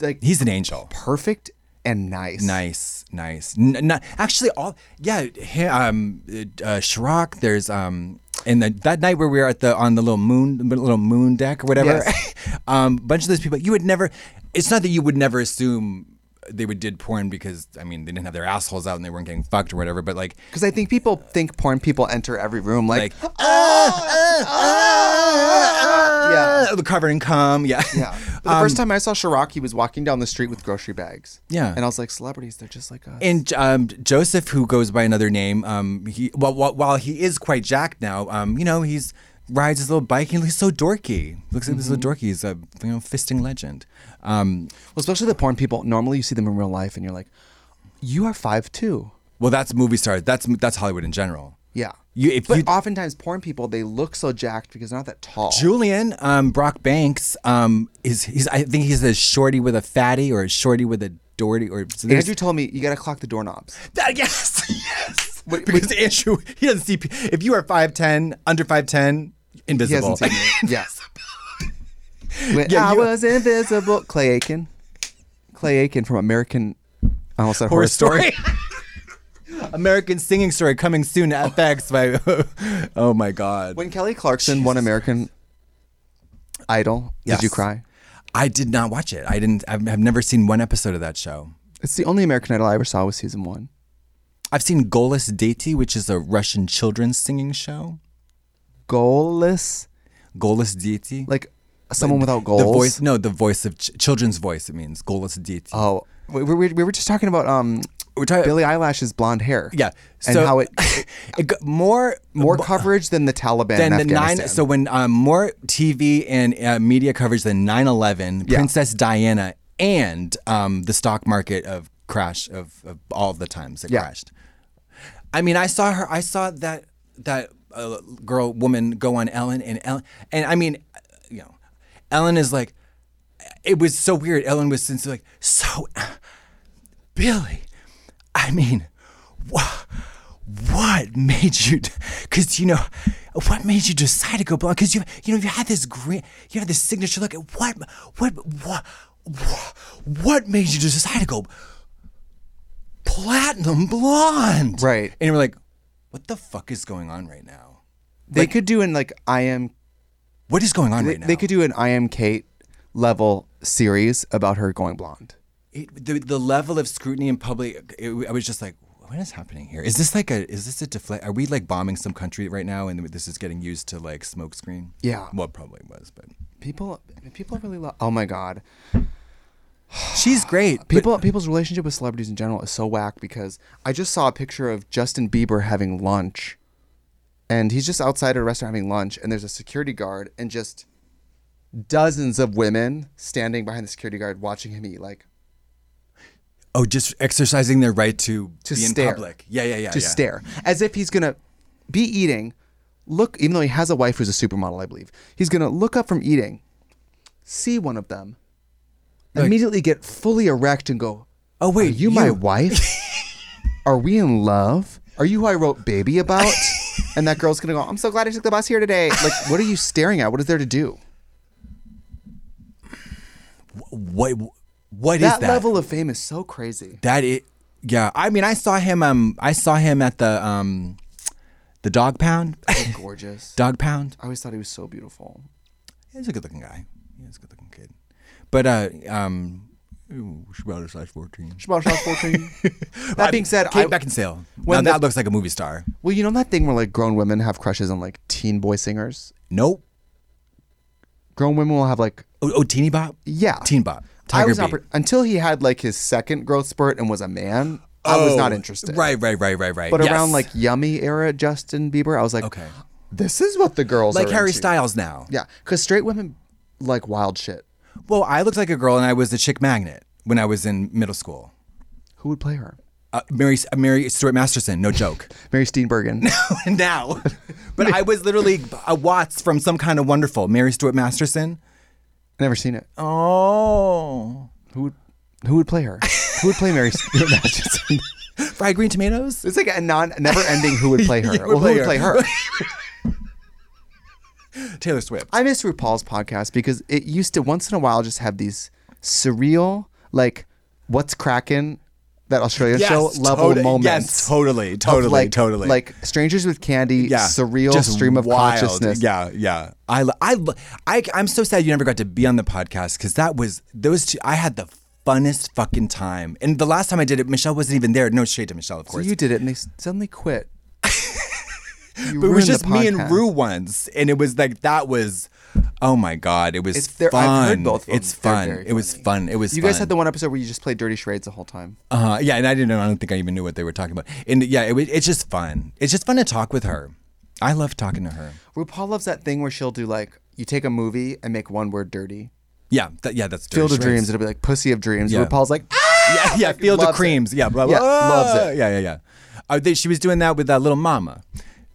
like
He's an angel.
perfect and nice.
Nice, nice. N- n- actually, all yeah. He, um, uh, Chirac. There's um, and the, that night where we were at the on the little moon, the little moon deck or whatever. um, bunch of those people. You would never. It's not that you would never assume they would did porn because I mean they didn't have their assholes out and they weren't getting fucked or whatever. But like,
Because I think people think porn people enter every room like,
like "Ah,
ah,
yeah, ah, the cover and cum. Yeah,
yeah. But the first time I saw Chirac, he was walking down the street with grocery bags.
Um, Yeah.
And I was like, celebrities, they're just like us.
And um, Joseph, who goes by another name, um, he while, while, while he is quite jacked now, um, you know, he's rides his little bike. He looks so dorky. Looks like this
Mm-hmm.
little dorky. He's a you know fisting legend. Um,
well, especially the porn people. Normally, you see them in real life, and you're like, you are five two.
well, that's movie stars. That's that's Hollywood in general.
Yeah.
You, if
But
you,
oftentimes, porn people they look so jacked because they're not that tall.
Julian um, Brock Banks um, is he's I think he's a shorty with a fatty or a shorty with a dorty or so there's-
Andrew told me you gotta clock the doorknobs.
That, yes, yes. because Andrew, he doesn't see. pe- If you are five ten, under five ten,
He
invisible.
hasn't seen me. Yes. When
Yeah,
I
you-
was invisible. Clay Aiken. Clay Aiken from American. I almost said horror, story.
American singing story coming soon to FX by Oh my god.
When Kelly Clarkson won American Idol,
Yes.
did you cry?
I did not watch it. I didn't I've, I've never seen one episode of that show.
It's the only American Idol I ever saw was season one.
I've seen Golas Deti, which is a Russian children's singing show.
Goalless,
Golas Deti.
like someone without goals.
the voice no, the voice of ch- children's voice it means Golas Deti.
Oh, we, we, we were just talking about um,
We're talking-
Billie Eilash's blonde hair.
yeah.
and how it
it got more
more coverage than the Taliban.
than
in
the nine.
Afghanistan.
So when um, more TV and uh, media coverage than 9/11,
Yeah.
Princess Diana, and um, the stock market of crash of, of all the times it
Yeah.
crashed. I mean, I saw her. I saw that that uh, girl woman go on Ellen and Ellen, and I mean, uh, you know, Ellen is like, it was so weird. Ellen was since like so, Billy. I mean, wha- what made you? Because you know, what made you decide to go blonde? Because you, you know, you had this green, you had this signature look. What, what, what, what, what made you decide to go platinum blonde?
Right.
And we're like, what the fuck is going on right now?
they could do an like I am
What is going on
they,
right now?
they could do an I am Kate level series about her going blonde.
it, the, the level of scrutiny in public it, i was just like what is happening here is this like a is this a deflect are we like bombing some country right now and this is getting used to like smoke screen
Yeah.
well probably was but
People people really love Oh my god.
she's great people
People people's relationship with celebrities in general is so whack because I just saw a picture of Justin Bieber having lunch. And he's just outside a restaurant having lunch and there's a security guard and just dozens of women standing behind the security guard watching him eat like
oh just exercising their right to,
to
be
stare.
in public yeah yeah yeah
to
yeah.
stare as if he's gonna be eating. Look, even though he has a wife who's a supermodel, I believe he's gonna look up from eating, see one of them, immediately get fully erect and go,
oh
"Are
wait
you, my wife? Are we in love? Are you who I wrote baby about?" and that girl's gonna go, "I'm so glad I took the bus here today." Like, what are you staring at? What is there to do?
what what is
That,
that
level of fame is so crazy.
that it yeah i mean i saw him um i saw him at the um the dog pound
Gorgeous.
dog pound
I always thought he was so beautiful.
He's a good looking guy. Yeah, he's a good looking kid. But uh um ooh, she's about a size fourteen.
Shabbat shalom, 14. that being said,
Kate
I,
Beckinsale. Now
Well,
that
that-
looks like a movie star.
Well, you know that thing where like grown women have crushes on like teen boy singers.
Nope.
Grown women will have like
Oh, oh Teeny Bop?
yeah.
Teen Bop.
I
Tiger
was
Bee.
oppor- until he had like his second growth spurt and was a man. I was
Oh,
not interested.
Right, right, right, right, right.
But
Yes.
around like yummy era Justin Bieber, I was like,
Okay.
this is what the girls
like
are
Harry
into.
Styles now.
Yeah, because straight women like wild shit.
Well, I looked like a girl and I was a chick magnet when I was in middle school.
Who would play her?
Uh, Mary, uh, Mary Stuart Masterson, no joke.
Mary Steenburgen.
now, but I was literally a Watts from some kind of wonderful Mary Stuart Masterson.
Never seen it.
Oh,
Who would who would play her? Who would play Mary Steenburgen? It's
fried green tomatoes.
like a non never ending who would play her. well, who would play her?
Taylor Swift.
I miss RuPaul's podcast because it used to once in a while just have these surreal, like, what's cracking that Australian show level
tota-
moments.
Yes, totally,
of,
totally,
like,
totally.
Like strangers with candy,
yeah,
surreal
just
stream of
wild.
consciousness.
Yeah, yeah. I, lo- I, lo- I, I'm so sad you never got to be on the podcast because that was those two. I had the funnest fucking time, and the last time I did it, Michelle wasn't even there. No shade to Michelle, of
So
course.
you did it, and they s- suddenly quit. You
but it was
ruined the
just me and
podcast.
Rue once, and it was like that was. Oh my god, it was
It's- they're-
fun.
I've heard both of them.
It's
They're
fun.
very
It was
funny.
fun. It was.
You guys
fun.
had the one episode where you just played Dirty Charades the whole time.
Uh, yeah, and I didn't. I don't think I even knew what they were talking about. And yeah, it, was- it's just fun. It's just fun to talk with her. I love talking to her.
RuPaul loves that thing where she'll do like you take a movie and make one word dirty.
Yeah, that, yeah, that's
Field of
Dreams.
Dreams, it'll be like Pussy of Dreams.
Yeah.
RuPaul's like, "Ah!"
yeah, yeah, Field of
loves it.
Creams. Yeah, blah, blah,
Yeah,
blah.
loves it.
Yeah, yeah, yeah. Uh, they, she was doing that with uh, Little Mama.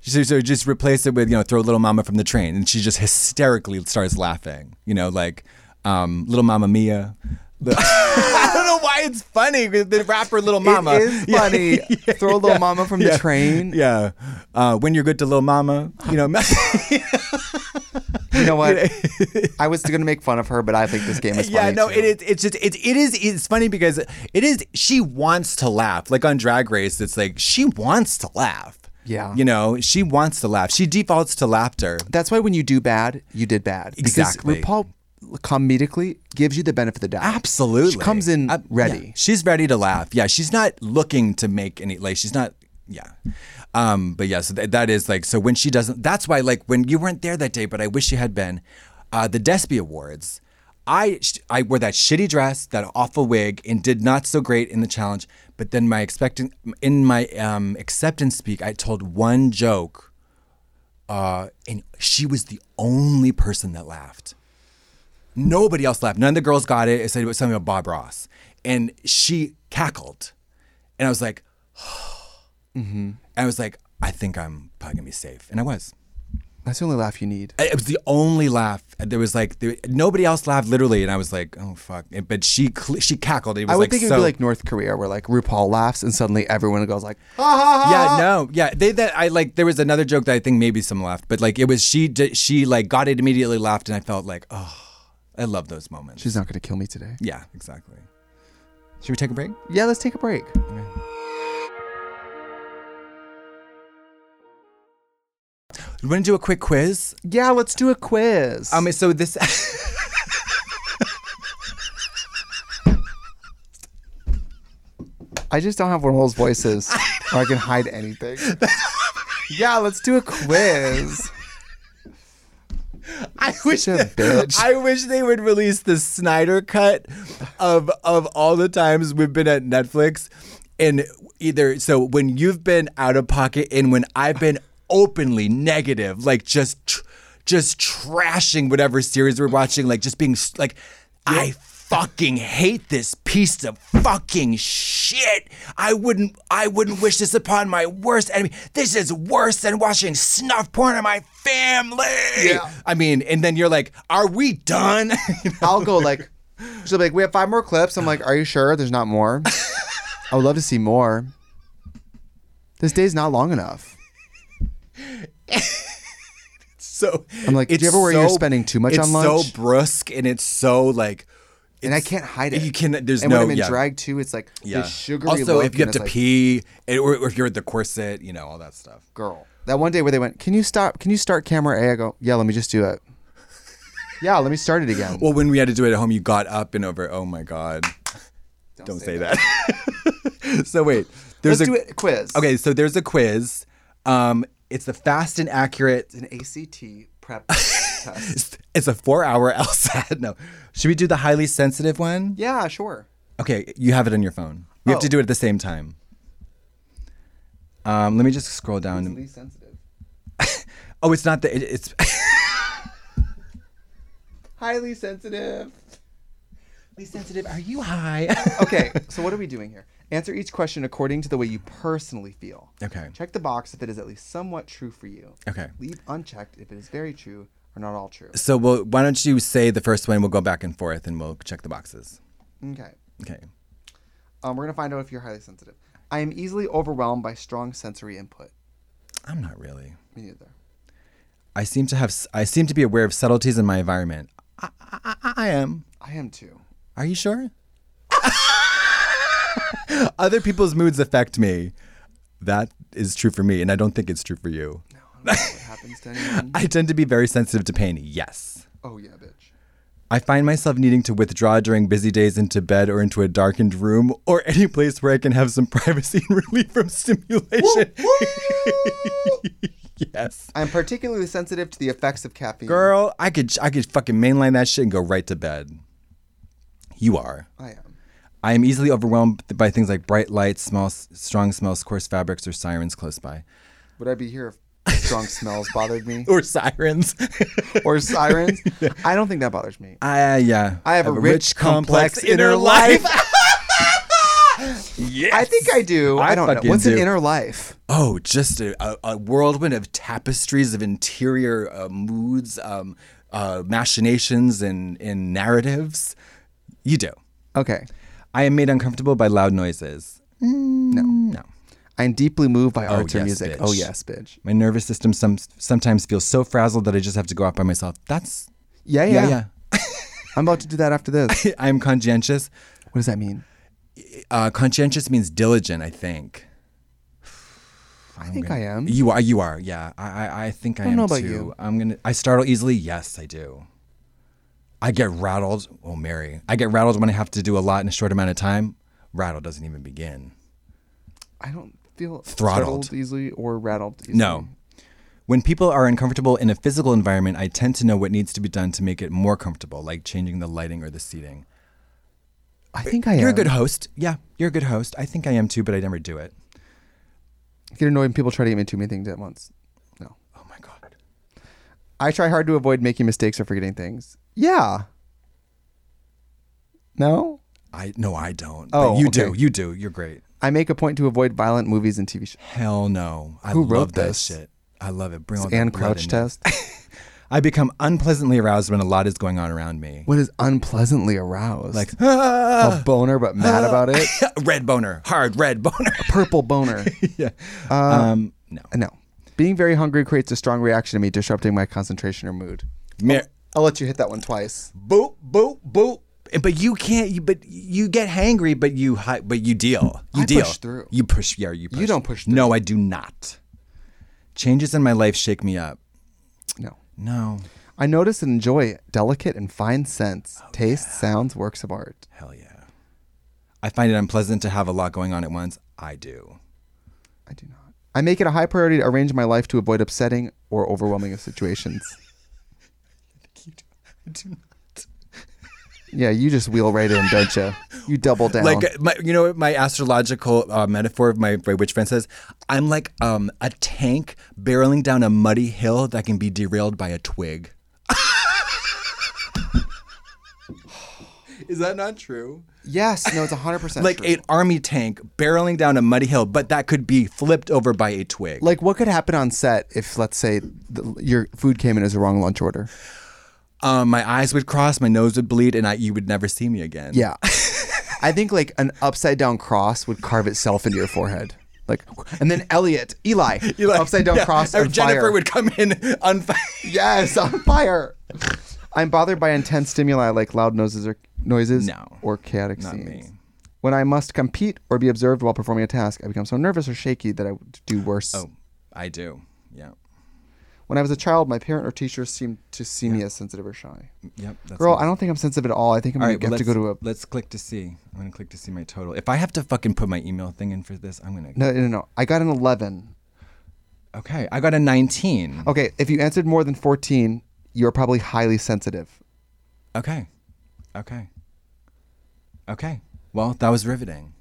She, so just replace it with, you know, throw Little Mama from the train. And she just hysterically starts laughing, you know, like um, Little Mama Mia. The- I don't know why it's funny. The rapper Little Mama.
It is
Yeah.
funny. Throw little mama from the train.
Yeah. Uh, when you're good to Little Mama, you know.
You know what? I was gonna make fun of her, but I think this game is funny.
Yeah, no,
too.
it is. It's just it, it is. It's funny because it is. She wants to laugh. Like on Drag Race, it's like she wants to laugh.
Yeah.
you know, she wants to laugh. She defaults to laughter.
That's why when you do bad, you did bad. Because
Exactly.
RuPaul comedically gives you the benefit of the doubt.
Absolutely,
She comes in
Uh,
ready.
yeah. She's ready to laugh. Yeah, she's not looking to make any. Like she's not. Yeah. Um. But yeah. So th- that is like. So when she doesn't. That's why. Like when you weren't there that day, but I wish you had been. Uh, the Despy Awards. I sh- I wore that shitty dress, that awful wig, and did not so great in the challenge. But then my expecting in my um, acceptance speak, I told one joke, uh, and she was the only person that laughed. Nobody else laughed. None of the girls got it. It said it was something about Bob Ross. And she cackled. And I was like, and I was like, I think I'm probably gonna be safe. And I was.
That's the only laugh you need.
It was the only laugh. There was like there, nobody else laughed literally, and I was like, "Oh fuck!" And- But she cl- she cackled. It was
I would
like
think it
so.
would be like North Korea, where like RuPaul laughs and suddenly everyone goes like, "Ah!"
yeah, no, yeah. They that I like. There was another joke that I think maybe some laughed, but like it was she di- she like got it immediately laughed, and I felt like, oh, I love those moments.
"She's not gonna kill me today."
yeah, exactly. Should we take a break?
Yeah, let's take a break.
You want to do a quick quiz?
Yeah, let's do a quiz.
Um, so this.
I just don't have one of those voices where I can hide anything. yeah, let's do a quiz.
I wish
a bitch.
I wish they would release the Snyder cut of of all the times we've been at Netflix, and either so when you've been out of pocket and when I've been openly negative, like just tr- just trashing whatever series we're watching, like just being s- like I. Fucking hate this piece of fucking shit. I wouldn't I wouldn't wish this upon my worst enemy. This is worse than watching snuff porn in my family. Yeah. I mean, and then you're like, are we done? You know?
I'll go like, she'll be like, we have five more clips. I'm like, are you sure there's not more? I would love to see more. This day's not long enough.
so
I'm like, do you
it's
ever worry you're spending too much
it's
on lunch?
so brusque and it's so like
And I can't hide it.
You can- there's
and
no-
when I'm in
yeah.
drag too, it's like
yeah.
this sugary
also,
look
if you
and
have
it's
to
like,
pee, and- or, or if you're at the corset, you know all that stuff.
girl. That one day where they went, can you stop? Can you start camera A? I go, yeah, let me just do it. yeah, let me start it again.
Well, when we had to do it at home, you got up and over. Oh my god, don't, say, that. so wait, there's
Let's
a
do it. Quiz.
okay. So there's a quiz. Um, it's the fast and accurate.
An ACT prep test.
It's a four-hour LSAT. No, should we do the highly sensitive one?
Yeah, sure.
Okay, you have it on your phone. We have to do it at the same time. Um, let me just scroll down.
sensitive.
Oh, it's not the. It, it's
Highly sensitive.
sensitive. Are you high?
Okay, so what are we doing here? Answer each question according to the way you personally feel.
Okay.
Check the box if it is at least somewhat true for you.
Okay.
Leave unchecked if it is very true or not all true.
so, well, why don't you say the first one? We'll go back and forth, and we'll check the boxes.
Okay.
Okay.
Um, we're gonna find out if you're highly sensitive. I am easily overwhelmed by strong sensory input.
I'm not really.
Me neither.
I seem to have. s- I seem to be aware of subtleties in my environment. I, I, I, I am.
I am too.
Are you sure? Other people's moods affect me. That is true for me, and I don't think it's true for you.
What happens to anyone?
I tend to be very sensitive to pain. Yes.
Oh yeah, bitch.
I find myself needing to withdraw during busy days into bed or into a darkened room or any place where I can have some privacy and relief from stimulation. yes.
I'm particularly sensitive to the effects of caffeine.
Girl, I could I could fucking mainline that shit and go right to bed. You are.
I am.
I am easily overwhelmed by things like bright lights, small s- strong smells, coarse fabrics or sirens close by.
Would I be here if strong smells bothered me
Or sirens.
or sirens? I don't think that bothers me.
I, uh, yeah.
I have a rich, complex inner
Yes.
I think I do. I,
I
don't know.
fucking
What's an
do.
inner life?
Oh, just a, a, a whirlwind of tapestries of interior uh, moods, um, uh, machinations, and, and narratives. You do.
Okay.
I am made uncomfortable by loud noises.
Mm.
no. No.
I'm deeply moved by arts or
yes,
music.
bitch.
Oh yes, bitch.
My nervous system some, sometimes feels so frazzled that I just have to go out by myself. That's,
Yeah, yeah.
yeah,
yeah. I'm about to do that after this.
yeah. I'm conscientious.
What does that mean?
Uh, conscientious means diligent, I think.
I think I am.
You are, you are, yeah. I, I, I think I,
don't
am
know about
too.
you.
I'm gonna. I startle easily. Yes, I do. I get rattled. Oh, Mary, I get rattled when I have to do a lot in a short amount of time. Rattle doesn't even begin.
I don't feel
Throttled.
startled easily or rattled easily.
No. When people are uncomfortable in a physical environment, I tend to know what needs to be done to make it more comfortable, like changing the lighting or the seating.
I think I am.
You're a good host. Yeah, you're a good host. I think I am too, but I never do it.
I get annoyed when people try to get me too many things at once. No.
Oh my god.
I try hard to avoid making mistakes or forgetting things. Yeah. No?
I no, I don't.
Oh,
but you do.
okay.
You do. You're great.
I make a point to avoid violent movies and TV shows.
Hell no. I
Who
love
wrote
that
this?
shit. I love it. Bring all Oh, that
And
blood
crouch
in there.
test.
I become unpleasantly aroused when a lot is going on around me.
what is unpleasantly aroused?
Like
a boner but mad about it?
red boner, hard red boner.
Purple boner. Uh,
yeah. um, no.
No. Being very hungry creates a strong reaction to me, disrupting my concentration or mood.
Mer-
I'll let you hit that one twice.
boop boop boop. But you can't. You, but you get hangry. But you hi- but you deal. You
I
deal.
push through.
You push. Yeah. You. Push.
don't push
No, I do not. Changes in my life shake me up.
No.
No.
I notice and enjoy delicate and fine
Oh,
scents, tastes, sounds, works of art.
Hell yeah. I find it unpleasant to have a lot going on at once. I do.
I do not. I make it a high priority to arrange my life to avoid upsetting or overwhelming situations.
I do not.
yeah, you just wheel right in, don't you? You double down.
Like uh, my, you know, my astrological uh, metaphor of my, my witch friend says, I'm like um, a tank barreling down a muddy hill that can be derailed by a twig. Is that not true?
yes, no, it's 100%
Like
true.
an army tank barreling down a muddy hill, but that could be flipped over by a twig.
like what could happen on set if let's say the, your food came in as a wrong lunch order?
Um, my eyes would cross, my nose would bleed, and I, you would never see me again.
Yeah. I think like an upside down cross would carve itself into your forehead. Like and then Elliot, Eli,
You're like-
upside down
yeah,
cross
or
on
Jennifer
fire.
would come in on fire.
Yes, on fire. I'm bothered by intense stimuli like loud noises or noises
No,
or chaotic
not
scenes.
me.
When I must compete or be observed while performing a task, I become so nervous or shaky that I would do worse.
Oh, I do. Yeah.
When I was a child, my parent or teacher seemed to see me as sensitive or shy.
Yep. That's
Girl,
me.
I don't think I'm sensitive at all. I think I'm
Mm, All
gonna
right, well,
have to
let's,
go to a
let's click to see. I'm gonna click to see my total. If I have to fucking put my email thing in for this, I'm gonna.
no, no, no. I got an 11.
Okay, I got a 19.
Okay, if you answered more than 14, you're probably highly sensitive. Oh.
Okay, okay, okay. Well, that was riveting.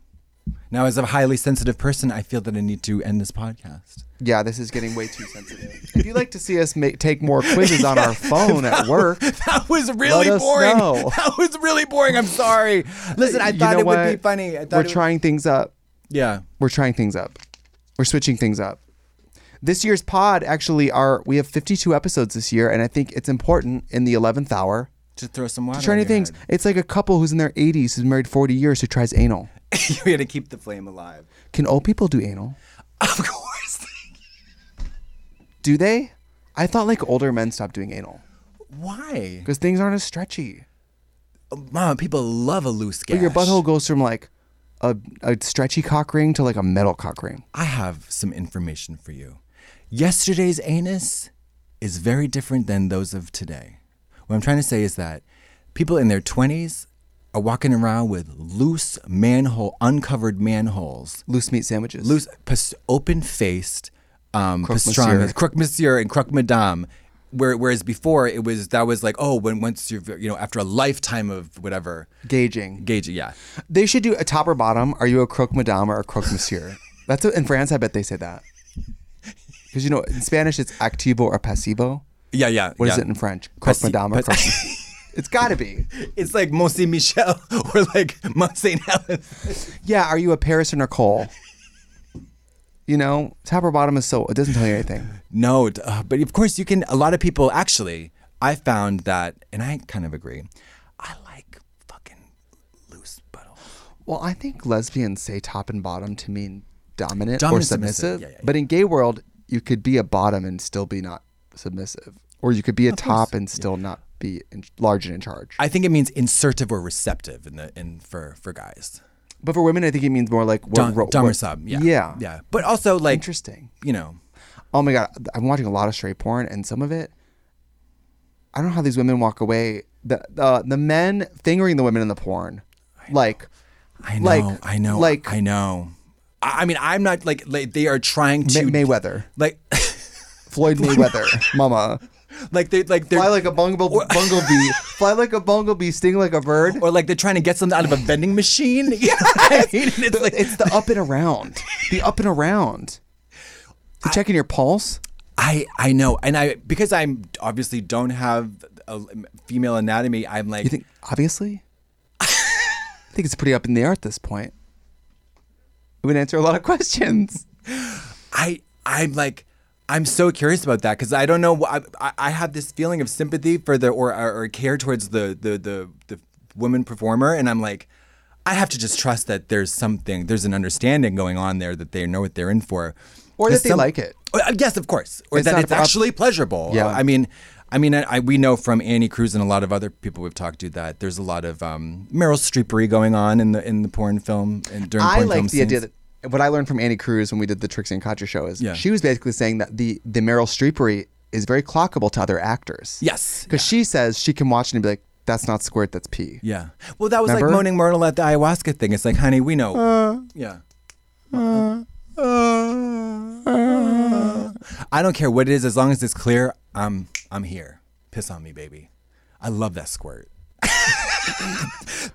Now, as a highly sensitive person, I feel that I need to end this podcast.
Yeah, this is getting way too sensitive. if you'd like to see us ma- take more quizzes on our phone at work,
That was really
Let us
boring.
know.
That was really boring. I'm sorry. Listen, I
you
thought
know
it would be
what?
funny. I thought
we're
it would-
trying things up.
Yeah.
We're trying things up. We're switching things up. This year's pod actually are we have 52 episodes this year, and I think it's important in the 11th hour
To throw some water.
to try
on
new
your
things.
head.
It's like a couple who's in their 80s who's married 40 years who tries anal.
You're gonna keep the flame alive.
Can old people do anal?
Of course.
Do they? I thought like older men stopped doing anal
Why?
because things aren't as stretchy.
Mom, people love a loose gash.
But your butthole goes from like a, a stretchy cock ring to like a metal cock ring.
I have some information for you. Yesterday's anus is very different than those of today. What I'm trying to say is that people in their 20s are walking around with loose manhole, uncovered manholes,
Loose meat sandwiches.
loose, pas- open faced um,
Croque
pastrami,
monsieur.
croque monsieur and croque madame. Where, whereas before it was that was like oh when once you've you know after a lifetime of whatever
gauging.
gauge yeah
They should do a top or bottom. Are you a croque madame or a croque monsieur? That's what, in France. I bet they say that because you know in Spanish it's activo or pasivo.
yeah yeah
What is
yeah.
it in French? Croque
Passi-
madame or
pas-
croque. monsieur? it's got to be.
It's like Mont Saint Michel or like Mont Saint Helens.
Yeah. Are you a Paris or Nicole? You know, top or bottom is so it doesn't tell you anything.
No, d- uh, but of course you can. A lot of people actually, I found that, and I kind of agree. I like fucking loose butthole.
Well, I think lesbians say top and bottom to mean dominant,
Dominant,
or submissive.
submissive. Yeah, yeah, yeah.
But in gay world, you could be a bottom and still be not submissive, or you could be a top and still not be in, large and in charge.
I think it means insertive or receptive in the in for for guys.
but for women, I think it means more like
Dom,
ro-
dom or
what-
sub. Yeah.
yeah,
Yeah. But also like
Interesting.
You know.
Oh my god, I'm watching a lot of straight porn, and some of it, I don't know how these women walk away. The uh, the men fingering the women in the porn, like
I know.
Like-
I know.
like-
I know. I, I mean, I'm not like, like they are trying
May-
to
Mayweather,
like
Floyd Mayweather, Mama.
like they like they're
Fly like a bungle bunglebee. Fly like a bunglebee. Sting like a bird.
or like they're trying to get something out of a vending machine. You know what I mean? And it's like
it's the up and around. The up and around. The checking your pulse.
I I know, and I because I'm obviously don't have a female anatomy. I'm like
You think obviously? I think it's pretty up in the air at this point. It would answer a lot of questions.
I I'm like I'm so curious about that because I don't know. wh- I, I I have this feeling of sympathy for the or or, or care towards the, the the the woman performer, and I'm like. I have to just trust that there's something, there's an understanding going on there that they know what they're in for,
Or that
There's
they like it.
Oh, uh, Yes, of course, or
It's
that
not
it's
about-
actually pleasurable.
Yeah.
Uh, I mean, I mean, I, I, we know from Annie Cruz and a lot of other people we've talked to that there's a lot of um, Meryl Streepery going on in the in the porn film and during.
I
porn
like
film
the
scenes.
idea that what I learned from Annie Cruz when we did the Trixie and Katja show is
Yeah.
she was basically saying that the the Meryl Streepery is very clockable to other actors.
Yes,
Because she says she can watch it and be like, that's not squirt, that's pee.
Yeah. Well, that was like
Remember?
moaning Myrtle at the ayahuasca thing. It's like, honey, we know. yeah. Uh. I don't care what it is, as long as it's clear. I'm I'm here. Piss on me, baby. I love that squirt.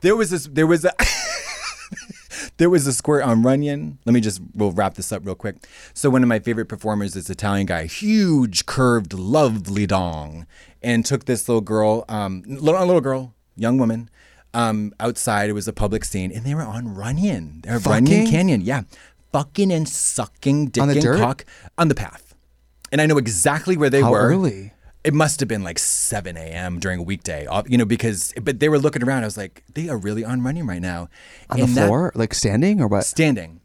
there was this. There was a. There was a squirt on Runyon. Let me just, we'll wrap this up real quick. So, one of my favorite performers is Italian guy, huge, curved, lovely dong, and took this little girl, um, little, a little girl, young woman, um, outside. It was a public scene, and they were on Runyon. They were Runyon
Fucking?
Canyon, yeah. Fucking and sucking dick
On the
and
dirt?
cock on the path. And I know exactly where they
How
were.
early?
It must have been like 7 a.m. during a weekday, ob- you know, because, but they were looking around. I was like, they are really on Runyon right now.
On the
And that-
floor? like standing or what?
standing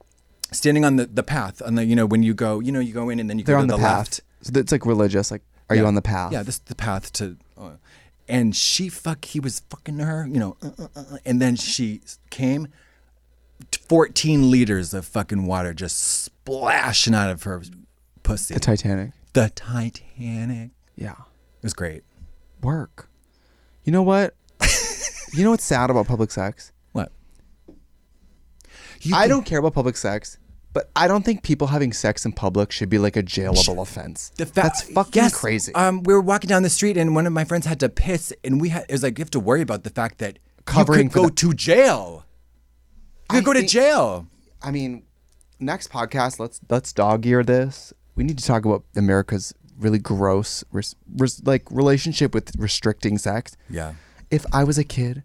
standing on the, the path on the you know when you go you know you go in and then you
They're
go
on
to
the,
the,
path.
left
So it's like religious. Like, are you
Yeah.
on the path?
yeah this the path to uh, and she fuck he was fucking her you know uh, uh, uh, and then she came t- 14 liters of fucking water just splashing out of her pussy
The Titanic.
the titanic
Yeah.
it was great
Work. You know what? you know what's sad about public sex?
what you
I
can-
don't care about public sex, but I don't think people having sex in public should be like a jailable offense.
The fa-
That's fucking
yes,
crazy.
Um, we were walking down the street and one of my friends had to piss, and we had it was like you have to worry about the fact that
Covering
you
for
could go
the-
to jail. You could
I
go to
think-
jail.
I mean, next podcast, let's let's dog ear this. We need to talk about America's really gross, res, res, like relationship with restricting sex.
Yeah.
If I was a kid,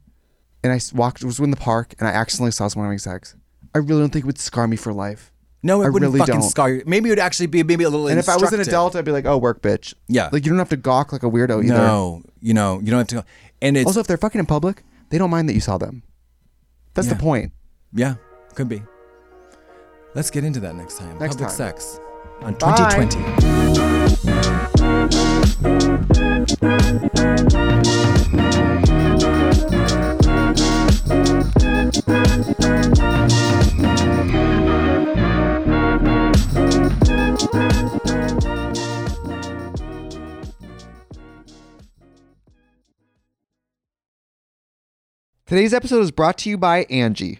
and I s- walked was in the park, and I accidentally saw someone having sex, I really don't think it would scar me for life.
No, it
I
wouldn't
really
fucking
don't.
scar you. Maybe it would actually be maybe a little.
And if I was an
instructive.
adult, I'd be like, "Oh, work, bitch."
Yeah.
Like you don't have to gawk like a weirdo either.
no, you know, you don't have to. go. And it's
Also, if they're fucking in public, they don't mind that you saw them. That's
Yeah.
the point.
yeah, could be. Let's get into that next time.
Next
Public
time.
sex on 2020.
Today's episode is brought to you by Angie.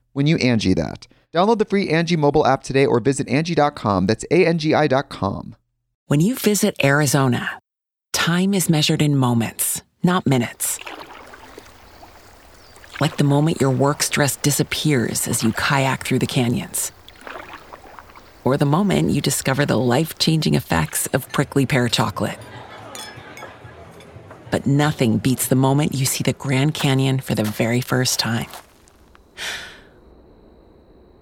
when you Angie that. Download the free Angie mobile app today or visit Angie.com. That's A-N-G-I dot com.
When you visit Arizona, time is measured in moments, not minutes. Like the moment your work stress disappears as you kayak through the canyons, or the moment you discover the life changing effects of prickly pear chocolate. But nothing beats the moment you see the Grand Canyon for the very first time.